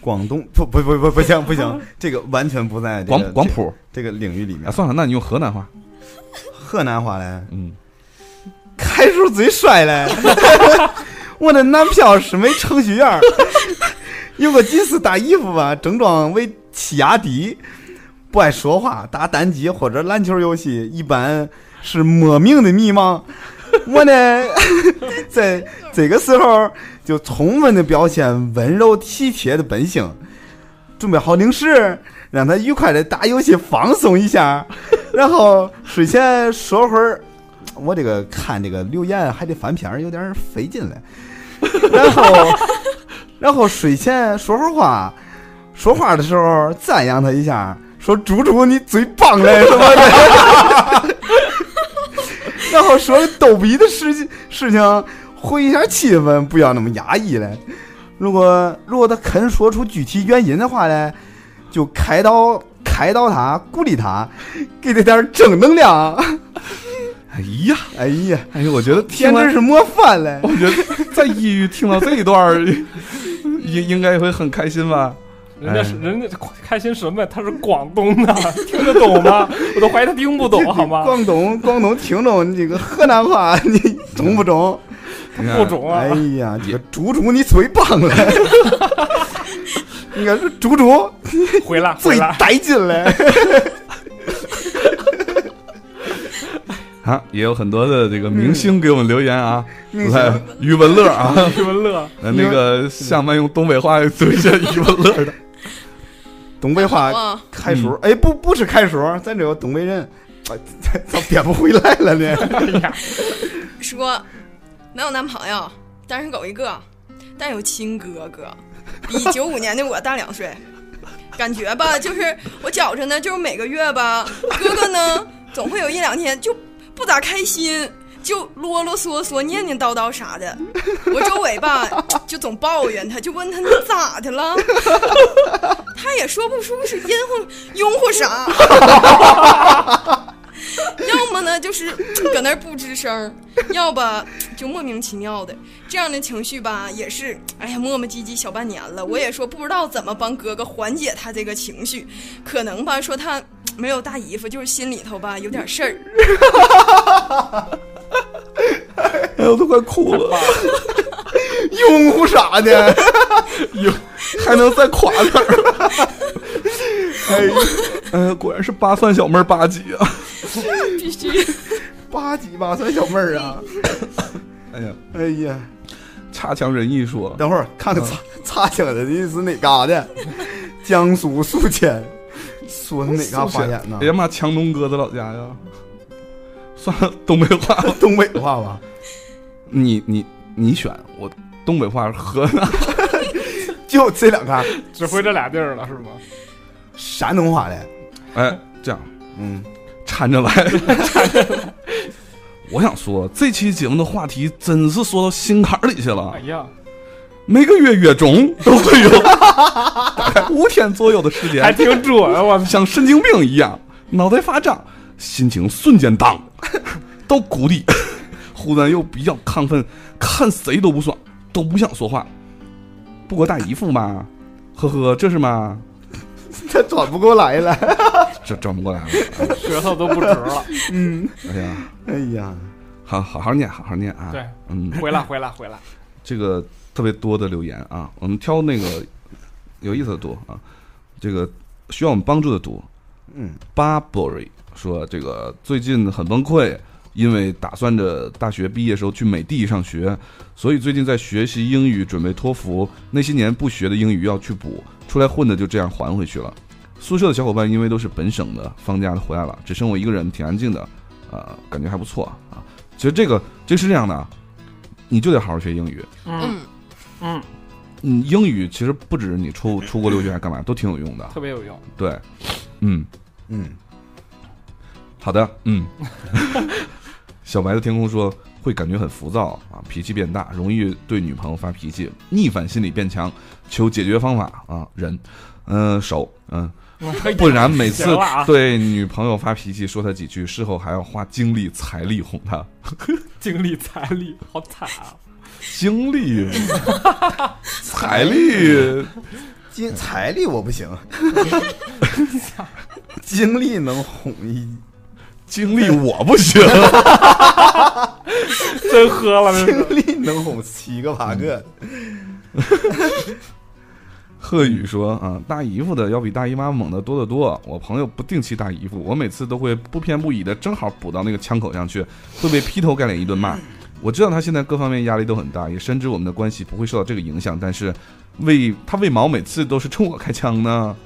广东不不不不不行不 行，这个完全不在这
广
个
广普
这个领域里
啊，
面。
算了，那你用河南话。
河南话嘞，
嗯，
开叔嘴甩嘞， 我的男票是枚程序员儿，用个金丝打衣服吧，整装为气压低，不爱说话，打单机或者篮球游戏，一般是莫名的迷茫。我呢， 在这个时候就充分的表现温柔体贴的本性，准备好零食，让他愉快的打游戏放松一下，然后睡前说会儿我这个看这个留言还得翻篇儿，有点儿费劲嘞。 然后，然后睡前说会儿话，说话的时候赞扬他一下，说“猪猪你最棒嘞”什么的。 然后说逗比的事情事情，回一下气氛，不要那么压抑嘞。如果如果他肯说出具体原因的话嘞，就开导开导他，鼓励他，给他点儿正能量。
哎呀，
哎呀。
哎呀，我觉得
天
听完
真，是模范嘞
我！觉得在抑郁听到这一段儿，应应该会很开心吧？
人家是人家开心什么呀？他是广东的，听得懂吗？我都怀疑他听不懂，好吗？
广东广东听众，你这个河南话你中不哎中？
你看
不，懂啊
哎！呀，这个猪猪你最棒了！你看这竹竹
回来
最
回来，
带劲嘞，
啊，也有很多的这个明星给我们留言啊，
嗯
来余文乐啊，
余文乐，
那那个下麦用东北话怼一下余文乐的，
东北
啊
话
哇，
嗯
开熟，哎，不不是开熟，咱这个东北人，哎，咋变不回来了呢？
哎呀，
说没有男朋友，单身狗一个，但有亲哥哥，比九五年的我大两岁。感觉吧，就是我觉着呢，就是每个月吧，哥哥呢总会有一两天就不咋开心，就啰啰嗦嗦、念念叨叨啥的。我周围吧就总抱怨他，就问他你咋的了， 他也说不出是因乎拥护啥。 要么呢就是搁那儿不吱声儿， 要不就莫名其妙的这样的情绪吧，也是哎呀磨磨唧唧小半年了，我也说不知道怎么帮哥哥缓解他这个情绪，可能吧说他没有大姨夫，就是心里头吧有点事儿，
哎呦，我都快哭了，
拥护啥呢？
有 还能再垮点儿。 哎，呃，果然是八算小妹儿八级啊！
必须
八级吧，算小妹儿啊！
哎呀，
哎呀，
差强人意说，
等会儿看看擦擦起来的这是哪嘎的？江苏宿迁，说是哪嘎发言呢
哎？呀妈，强东哥在老家呀。算了，东北话吧，
东北话吧？
你你你选我东北话河南
就这两嘎，
只会这俩地儿了是吗？
山东话的，
哎，这样
嗯，
掺着来。 我想说，这期节目的话题真是说到心坎儿里去了
哎。呀，
每个月月中都会有大概 五天左右的时
还
间，
挺准，啊我操，
像神经病一样，脑袋发胀，心情瞬间荡， 到谷底，忽然又比较亢奋，看谁都不爽，都不想说话。不过大姨夫嘛，呵呵，这是嘛，
他转不过来了。
这转不过来了。
舌头都不 直了。
哎呀，
哎呀，
好好好念，好好念啊。
对，
嗯，
回来回来回来，
这个特别多的留言啊，我们挑那个有意思的读啊，这个需要我们帮助的读。
嗯，
Barberry 说这个最近很崩溃，因为打算着大学毕业时候去美帝上学，所以最近在学习英语，准备托福。那些年不学的英语要去补，出来混的就这样还回去了。宿舍的小伙伴因为都是本省的，放假回来了，只剩我一个人，挺安静的，呃，感觉还不错啊。其实这个这是这样的啊，你就得好好学英语。
嗯
嗯
嗯，
嗯，英语其实不止你出出国留学还干嘛，都挺有用的。
特别有用。
对，嗯，
嗯，
好的，嗯。 小白的天空说会感觉很浮躁啊，脾气变大，容易对女朋友发脾气，逆反心理变强，求解决方法啊，人，嗯、手，嗯、
哎
不然每次
行了啊
对女朋友发脾气，说她几句，事后还要花精力财力哄 她，
精力财力好惨啊！
精力，财力，
金财力我不行， 精力能哄一，
精力我不行，
真喝了，这
精
是
力能哄七个八个。
贺宇说：“啊，大姨夫的要比大姨妈猛得多得多。我朋友不定期大姨夫，我每次都会不偏不倚的，正好补到那个枪口上去，会被劈头盖脸一顿骂。我知道他现在各方面压力都很大，也深知我们的关系不会受到这个影响，但是为他为毛每次都是冲我开枪呢？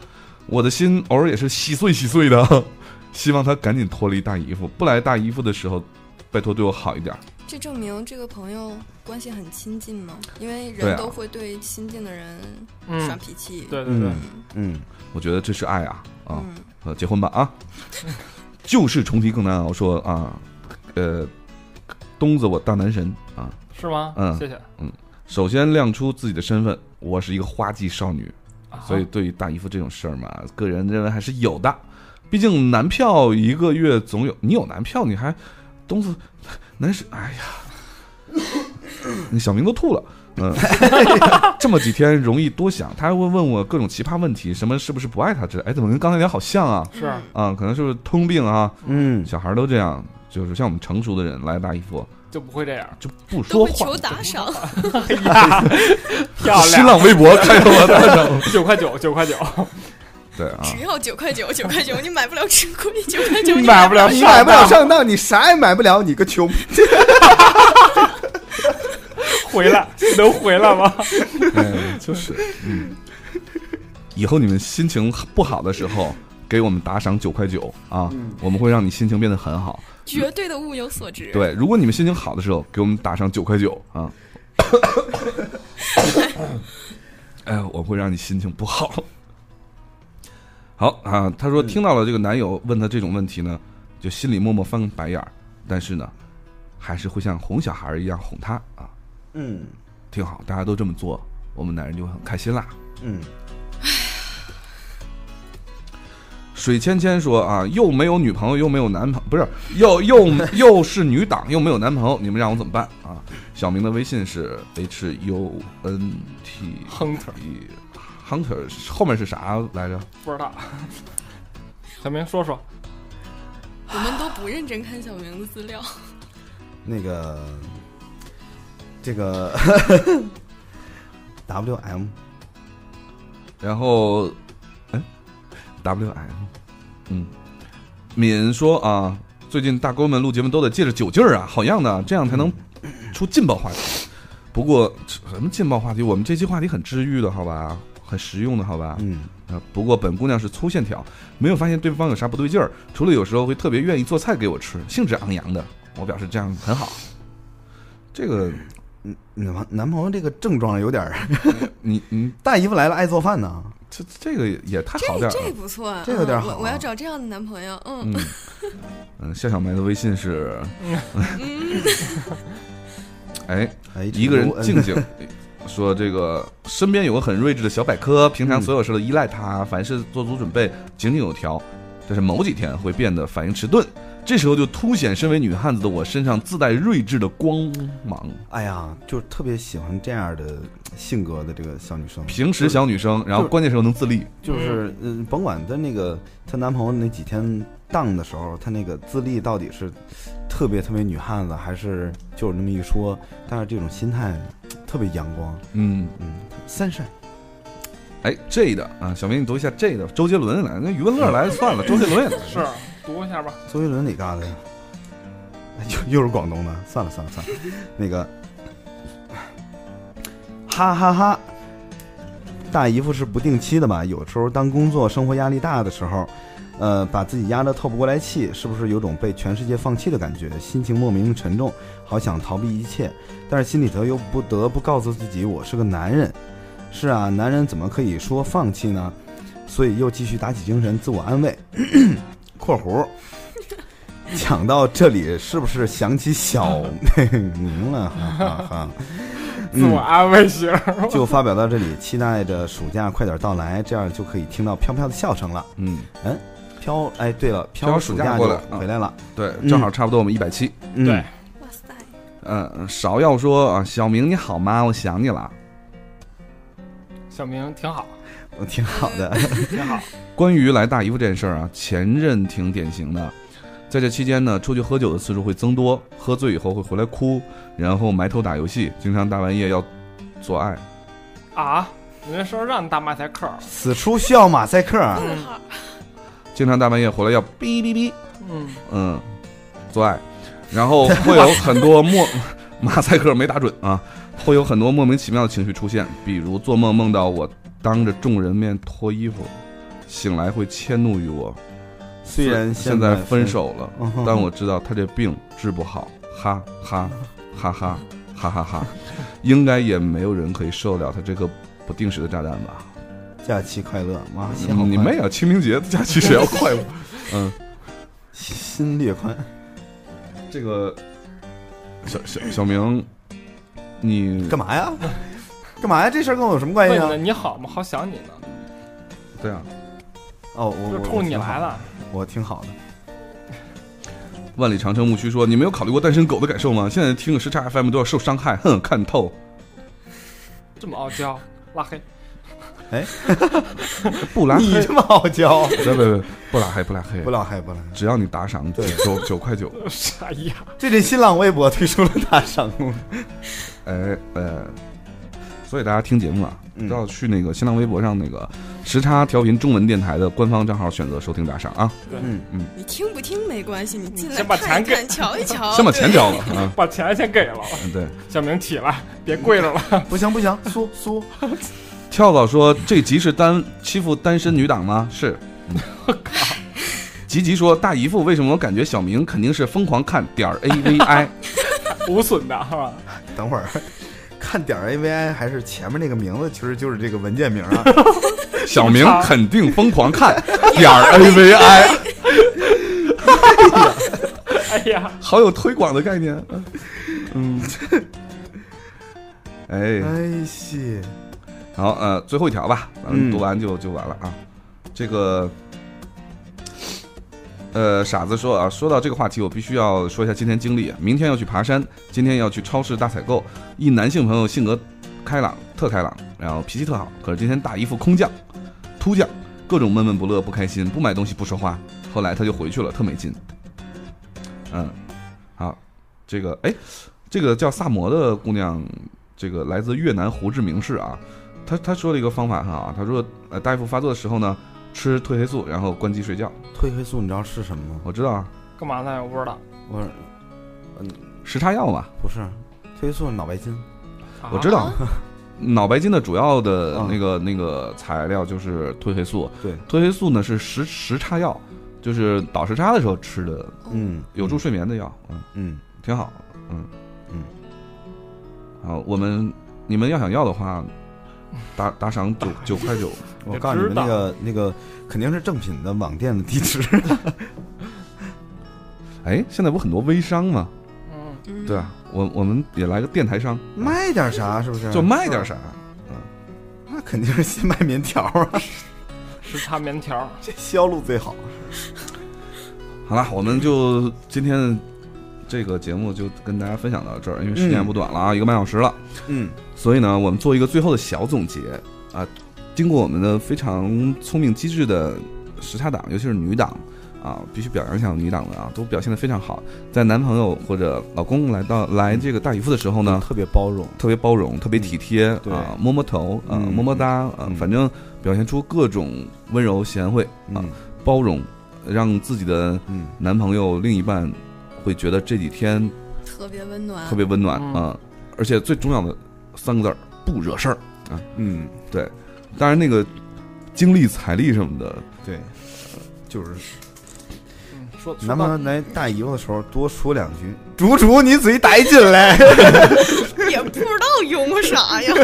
我的心偶尔也是稀碎稀碎的， 希望他赶紧脱离大姨夫，不来大姨夫的时候，拜托对我好一点。
这证明这个朋友关系很亲近嘛，因为
对啊
人都会对亲近的人耍
嗯，
脾气。
对对对，
嗯，
我觉得这是爱啊啊！
嗯，
呃，结婚吧啊！旧事重提更难熬，说啊，呃，东子我大男神啊，
是吗？
嗯
谢谢。
首先亮出自己的身份，我是一个花季少女，
啊
所以对于大姨夫这种事儿嘛，个人认为还是有的，毕竟男票一个月总有，你有男票你还东子男神，哎呀，你小明都吐了。嗯，这么几天容易多想，他还会问我各种奇葩问题，什么是不是不爱他之类。哎，怎么跟刚才聊好像啊？
是
嗯
啊，可能是不是通病啊？
嗯，
小孩儿都这样，就是像我们成熟的人来大姨夫，
就不会 这样。
就不
都
说
会
话
求。打赏，
哎呀，漂
新
亮！
浪微博看到我打赏，
九块九，九块九，
对啊，
只要九块九，九块九，你买不了吃亏，九块 九
你买不了
你
上
买不了
当
嗯上当，你啥也买不了，你个穷。
回来能回来吗？
哎，就是，嗯，以后你们心情不好的时候，给我们打赏九块九啊，
嗯
我们会让你心情变得很好。
绝对的物有所值。，
对，如果你们心情好的时候，给我们打上九块九啊。哎，我会让你心情不好。好啊，她说听到了这个男友问她这种问题呢，就心里默默翻个白眼儿，但是呢，还是会像哄小孩儿一样哄她啊，
嗯
挺好，大家都这么做，我们男人就会很开心啦。
嗯，
水芊芊说啊，又没有女朋友，又没有男朋不是又又又是女党，又没有男朋友，你们让我怎么办啊？小明的微信是 h u n t
亨特
hunter 后面是啥来着？
不知道。小明说说，
我们都不认真看小明的资料，
那个这个 W M
然后，哎，w m，嗯，敏说啊，最近大哥们录节目都得借着酒劲儿啊，好样的，这样才能出劲爆话题。不过什么劲爆话题？我们这期话题很治愈的，好吧，很实用的，好吧。
嗯，
啊，不过本姑娘是粗线条，没有发现对方有啥不对劲儿，除了有时候会特别愿意做菜给我吃，兴致昂扬的。我表示这样很好。这个
男男朋友这个症状有点儿，
你你
大姨夫来了爱做饭呢，
这这个也太好
这
点儿
这
了。
不错啊，
这有点
嗯
好啊
我我要找这样的男朋友，嗯，
嗯嗯，夏小梅的微信是，
嗯
哎，
哎，
一个人
这
静静说这个身边有个很睿智的小百科，平常所有事都依赖他，凡事做足准备，井井有条。但是某几天会变得反应迟钝，这时候就凸显身为女汉子的我身上自带睿智的光芒。
哎呀，就特别喜欢这样的性格的这个小女生，
平时小女生，然后关键时候能自立，
就是嗯、甭管她那个她男朋友那几天荡的时候，她那个自立到底是特别特别女汉子，还是就有那么一说，但是这种心态特别阳光，
嗯，
嗯，sunshine。
哎，J 的啊，小明你读一下 J 的，周杰伦来，那余文乐来算了，周杰伦也来，
是读一下吧。
周杰伦哪嘎的呀？ 哎又又是广东的，算了算了算了，那个，哈哈哈。大姨夫是不定期的吧？有时候当工作生活压力大的时候，呃，把自己压得透不过来气，是不是有种被全世界放弃的感觉？心情莫名沉重，好想逃避一切，但是心里头又不得不告诉自己，我是个男人。是啊，男人怎么可以说放弃呢？所以又继续打起精神，自我安慰。 括 弧。讲到这里，是不是想起小 嗯明了？哈哈哈。嗯
嗯
自我安慰型，
就发表到这里，期待着暑假快点到来，这样就可以听到飘飘的笑声了。
嗯，
飘，哎，对了，
飘
飘
暑
暑
假
假
过
就
来
回来了。
对，
嗯
正好差不多我们一百七，
嗯
对，
哇塞，
嗯，芍药说啊，小明你好吗？我想你了。
小明挺好，
我嗯挺好 的。
挺好。
关于来大姨夫这件事儿啊，前任挺典型的，在这期间呢，出去喝酒的次数会增多，喝醉以后会回来哭，然后埋头打游戏，经常大半夜要做爱。
啊，人家说让你打马赛克，
此处需要马赛克啊。
问号，
经常大半夜回来要哔哔哔，
嗯，
嗯，做爱，然后会有很多莫马赛克没打准啊，会有很多莫名其妙的情绪出现，比如做梦梦到我当着众人面脱衣服，醒来会迁怒于我。
虽然
现
在
在分，手了，
嗯哼
但我知道他这病治不好，哈哈哈哈哈哈哈，应该也没有人可以受得了他这个不定时的炸弹吧？
假期快乐，哇，幸好
你妹啊！清明节假期谁要快活？嗯，
心略宽。
这个小小小明，你
干 嘛呀？干嘛呀？这事儿跟我有什么
哎
关系
问的
啊？
你好吗？好想你呢，
对啊？
哦，我
就
我
冲你来，了。
我挺好的。
万里长城牧区说：“你没有考虑过单身狗的感受吗？现在听个时差 FM 都要受伤害，哼，看透。
这么傲娇，拉黑。
不拉黑，
你这么好 教，
别别别，不拉黑不拉黑，
不老黑不老黑。
只要你打赏
对
九九块九，
啥哎呀？
最近新浪微博推出了打赏功能，
哎呃，所以大家听节目啊，
嗯
都要去那个新浪微博上那个时差调频中文电台的官方账号选择收听打赏啊，
嗯，
你听不听没关系，你进来
先把
看一
钱给
看，瞧一瞧。
先把钱
哦对
交了 啊，
把钱先给了，
嗯对。
小明起来，别 跪着了。
不行不行，苏苏，
跳蚤说这集是单欺负单身女党吗？是。吉吉说大姨夫为什么我感觉小明肯定是疯狂看点儿 A V I？
无损的哈，
等会儿看点儿 AVI 还是前面那个名字，其实就是这个文件名啊。
小明肯定疯狂看点儿 A V I，
哎呀，
好有推广的概念。嗯，哎，
哎西，
好，呃，最后一条吧，咱们
嗯
读完就就完了啊。这个，呃，傻子说啊，说到这个话题，我必须要说一下今天经历。明天要去爬山，今天要去超市大采购。一男性朋友性格开朗，特开朗，然后脾气特好，可是今天大姨夫空降、突降，各种闷闷不乐、不开心，不买东西不说话。后来他就回去了，特没劲。嗯，好，这个，哎，这个叫萨摩的姑娘，这个来自越南胡志明市啊。他他说了一个方法很好啊，他说呃，大夫发作的时候呢，吃褪黑素，然后关机睡觉。
褪黑素你知道是什么吗？
我知道啊，
干嘛呢？我不知道。
我说
时差药嘛，
不是，褪黑素是脑白金。
啊
我知道。脑白金的主要的
啊
那个、那个材料就是褪黑素，
对
褪黑素呢是时时差药，就是倒时差的时候吃的，
嗯
有助睡眠的药，嗯，
嗯，
挺好，嗯
嗯。
好，我们你们要想要的话，打打赏九九块九，
我告诉你们
知道
那个那个肯定是正品的网店的地址。
哎，现在不很多微商吗？
嗯，
嗯
对啊，我我们也来个电台商，
卖点啥是不是？
就卖点啥。
那肯定是先卖棉条啊，
时差棉条，
这销路最好。
好了，我们就今天这个节目就跟大家分享到这儿，因为时间也不短了啊，一个半小时了，
嗯，
所以呢，我们做一个最后的小总结啊。经过我们的非常聪明机智的时差党，尤其是女党啊，必须表扬一下我们女党们啊，都表现得非常好。在男朋友或者老公来到
嗯
来这个大姨夫的时候呢，
特别包容。
特别包容，特别体贴
对
啊，摸摸头啊，
嗯
么么哒啊
嗯，
反正表现出各种温柔贤惠啊
嗯，
包容，让自己的
嗯，
男朋友、另一半会觉得这几天
特别温暖，
特别温暖啊、
嗯
而且最重要的三个字儿不惹事儿。
嗯，
当然，那个精力、财力什么的，
对，就是
嗯，说
男朋友来大姨夫的时候多说两句，竹竹你嘴逮紧嘞。
也不知道幽默 啥呀。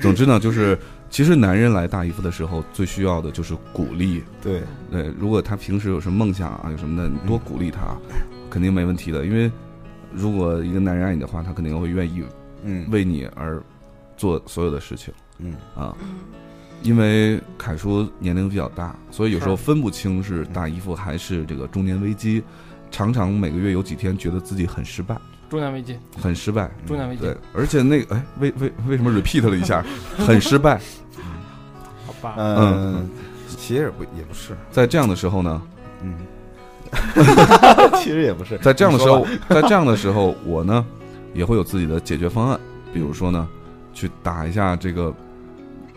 总之呢，就是其实男人来大姨夫的时候，最需要的就是鼓励。
对，
对，如果他平时有什么梦想啊，有什么的，你多鼓励他，肯定没问题的。因为如果一个男人爱你的话，他肯定会愿意
嗯，
为你而做所有的事情。
嗯
啊，
嗯
因为凯叔年龄比较大，所以有时候
是
分不清是大姨夫还是这个中年危机，常常每个月有几天觉得自己很失败，
中年危机，
很失败。
中年危机
嗯对，，而且那个哎，为为为什么 repeat 了一下，很失败？
好
呃
吧，
嗯，其实也不也不是，
在这样的时候呢，
嗯， 其实也不是，
在这样的时候，在这样的时候，我呢也会有自己的解决方案，比如说呢，去打一下这个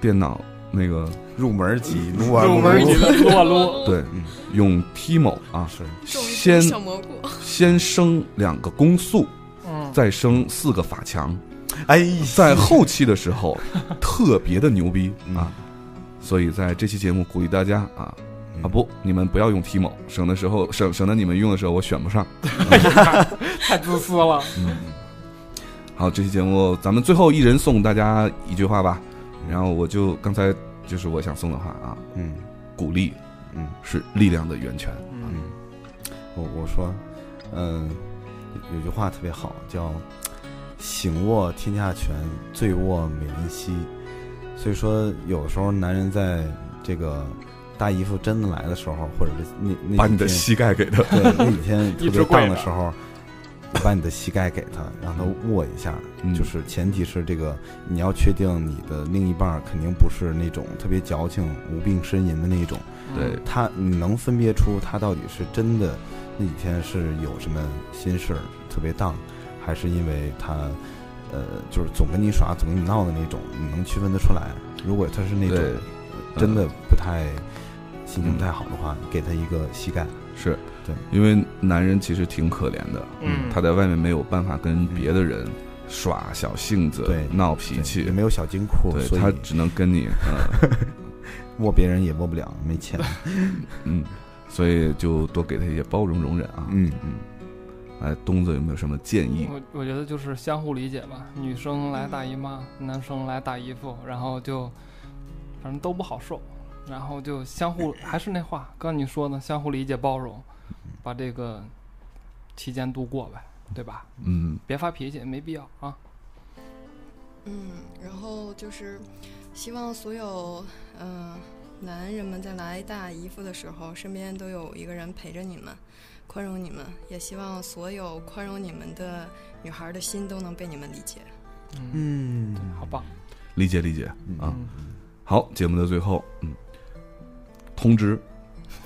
电脑那个
入门级，
入门级的撸 啊撸，
对，用 Timo 啊，
是，
种一
先
种小蘑菇，
先升两个攻速，
嗯，
再升四个法强。
哎，
在后期的时候特别的牛逼
嗯
啊，所以在这期节目鼓励大家啊
嗯
啊不，你们不要用 Timo，省的时候省省得你们用的时候我选不上。
太自私了，
嗯
好，这期节目咱们最后一人送大家一句话吧，然后我就刚才就是我想送的话啊，
嗯
鼓励
嗯，
是力量的源泉。
嗯，
我我说，嗯，有句话特别好，叫“醒握天下权，醉卧美人膝”。所以说，有的时候男人在这个大姨夫真的来的时候，或者是那那
把
几
你的
天
膝盖给他，
对那几天特
一
别
直跪
荡的
着
时候，你把你的膝盖给他，让他握一下，
嗯
就是前提是这个你要确定你的另一半儿肯定不是那种特别矫情、无病呻吟的那种，
对，
他你能分别出他到底是真的那几天是有什么心事儿特别荡，还是因为他呃就是总跟你耍、总跟你闹的那种，你能区分得出来。如果他是那种
对
真
嗯
的不太心情
嗯
不太好的话，给他一个膝盖。
是
对，
因为男人其实挺可怜的，
嗯
他在外面没有办法跟别的人耍小性子、
对
闹脾
对也
气，
没有小金库，所
对
以
他只能跟你，呃，
握别人也握不了，没钱。
嗯，所以就多给他一些包容、容忍啊。
嗯
嗯，哎，东子有没有什么建议？
我我觉得就是相互理解吧，女生来大姨妈，男生来大姨夫，然后就反正都不好受，然后就相互还是那话，刚你说的相互理解包容，把这个期间度过呗，对吧？
嗯，
别发脾气，没必要啊。
嗯，然后就是希望所有嗯、呃男人们在来大姨夫的时候，身边都有一个人陪着你们，宽容你们，也希望所有宽容你们的女孩的心都能被你们理解。
嗯
嗯，好棒
理解理解
嗯
啊。
嗯
好，节目的最后，嗯，通知，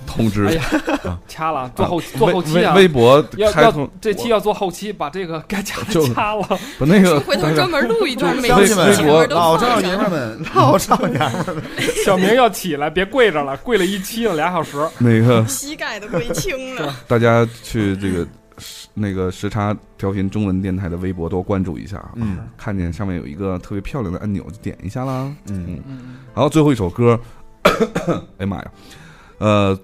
通知
哎，呀掐了，做后做
微
后期啊
微微。博
要
开
要
通，
这期
我
要做后期，把这个该掐
就
的掐了。
不那个
回头
大家
专门录一段，每
乡
乡
期
亲
亲们微
们
前面
博
都
老
放
少
一下
爷们，老少爷们，
小明要起来，别跪着了，跪了一期了，俩小时。
那个
膝盖都跪青了。
大家去这个时那个时差调频中文电台的微博多关注一下啊，
嗯
看见上面有一个特别漂亮的按钮，就点一下啦。
嗯，
嗯，
然后最后一首歌， 哎呀妈呀，呃，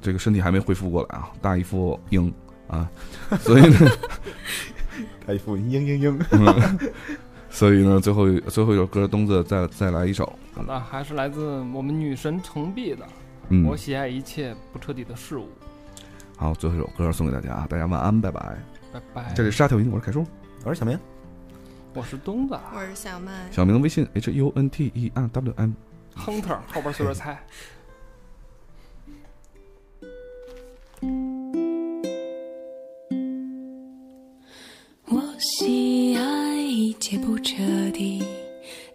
这个身体还没恢复过来啊，大姨夫英啊， 所以呢，
他一副嘤嘤嘤，
嗯所以呢，最后一最后一首歌，东子再再来一首，
好的，还是来自我们女神程璧的
嗯
我，喜爱一切不彻底的事物。
好，最后一首歌送给大家啊，大家晚安，拜拜。
拜拜。
这里是沙调音，我是凯叔，
我说小明，
我是东子啊
我是小曼，
小明的微信 h u n t e r w m。
，Hunter 后边随便猜。
我喜爱一切不彻底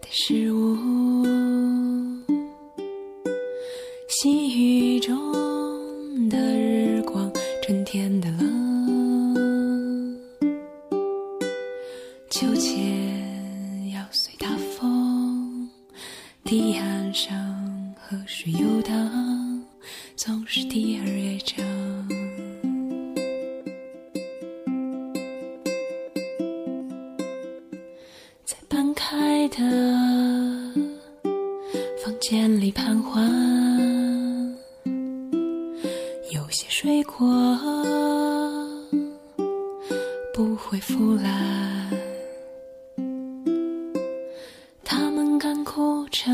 的事物，细雨中的日光，春天的冷，秋千要随大风，堤岸上河水游荡，总是第二乐章。在半开的房间里盘桓，有些水果不会腐烂，它们干枯着，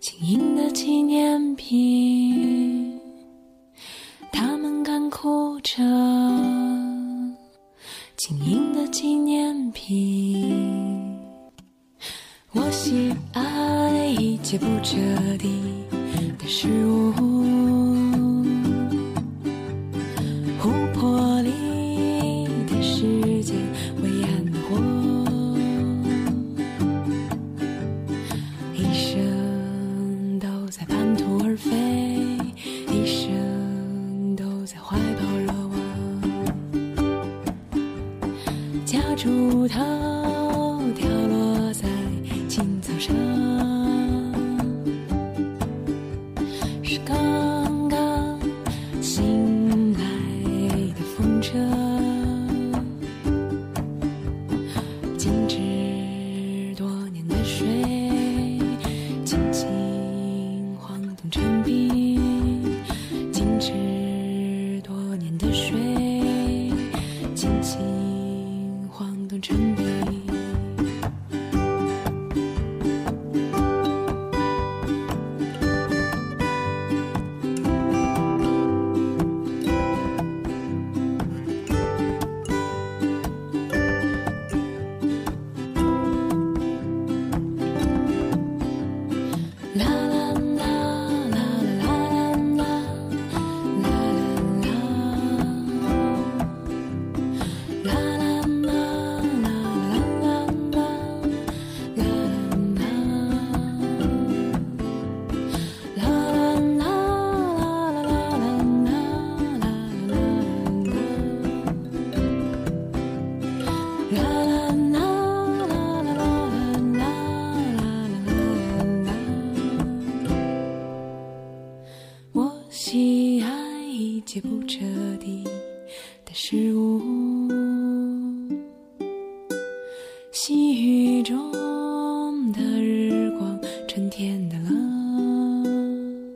晶莹的纪念品，它们干枯着。晶莹的纪念品。我喜爱一切不彻底的事物，湖泊里的世界，微暗的火，一生都在半途而废，一生都在怀抱热望。夹竹桃掉落在青草上，是刚刚醒来的风车，静止多年的水，轻轻晃动成冰，静止多年的水。轻轻晃动成笔。我喜爱一切不彻底的事物，嗯细雨中的日光，春天的冷，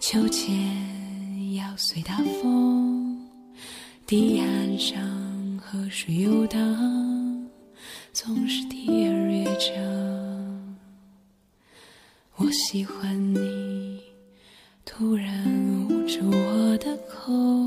秋千要随大风，堤岸上河水游荡，总是第二乐章。我喜欢你，突然捂住我的口，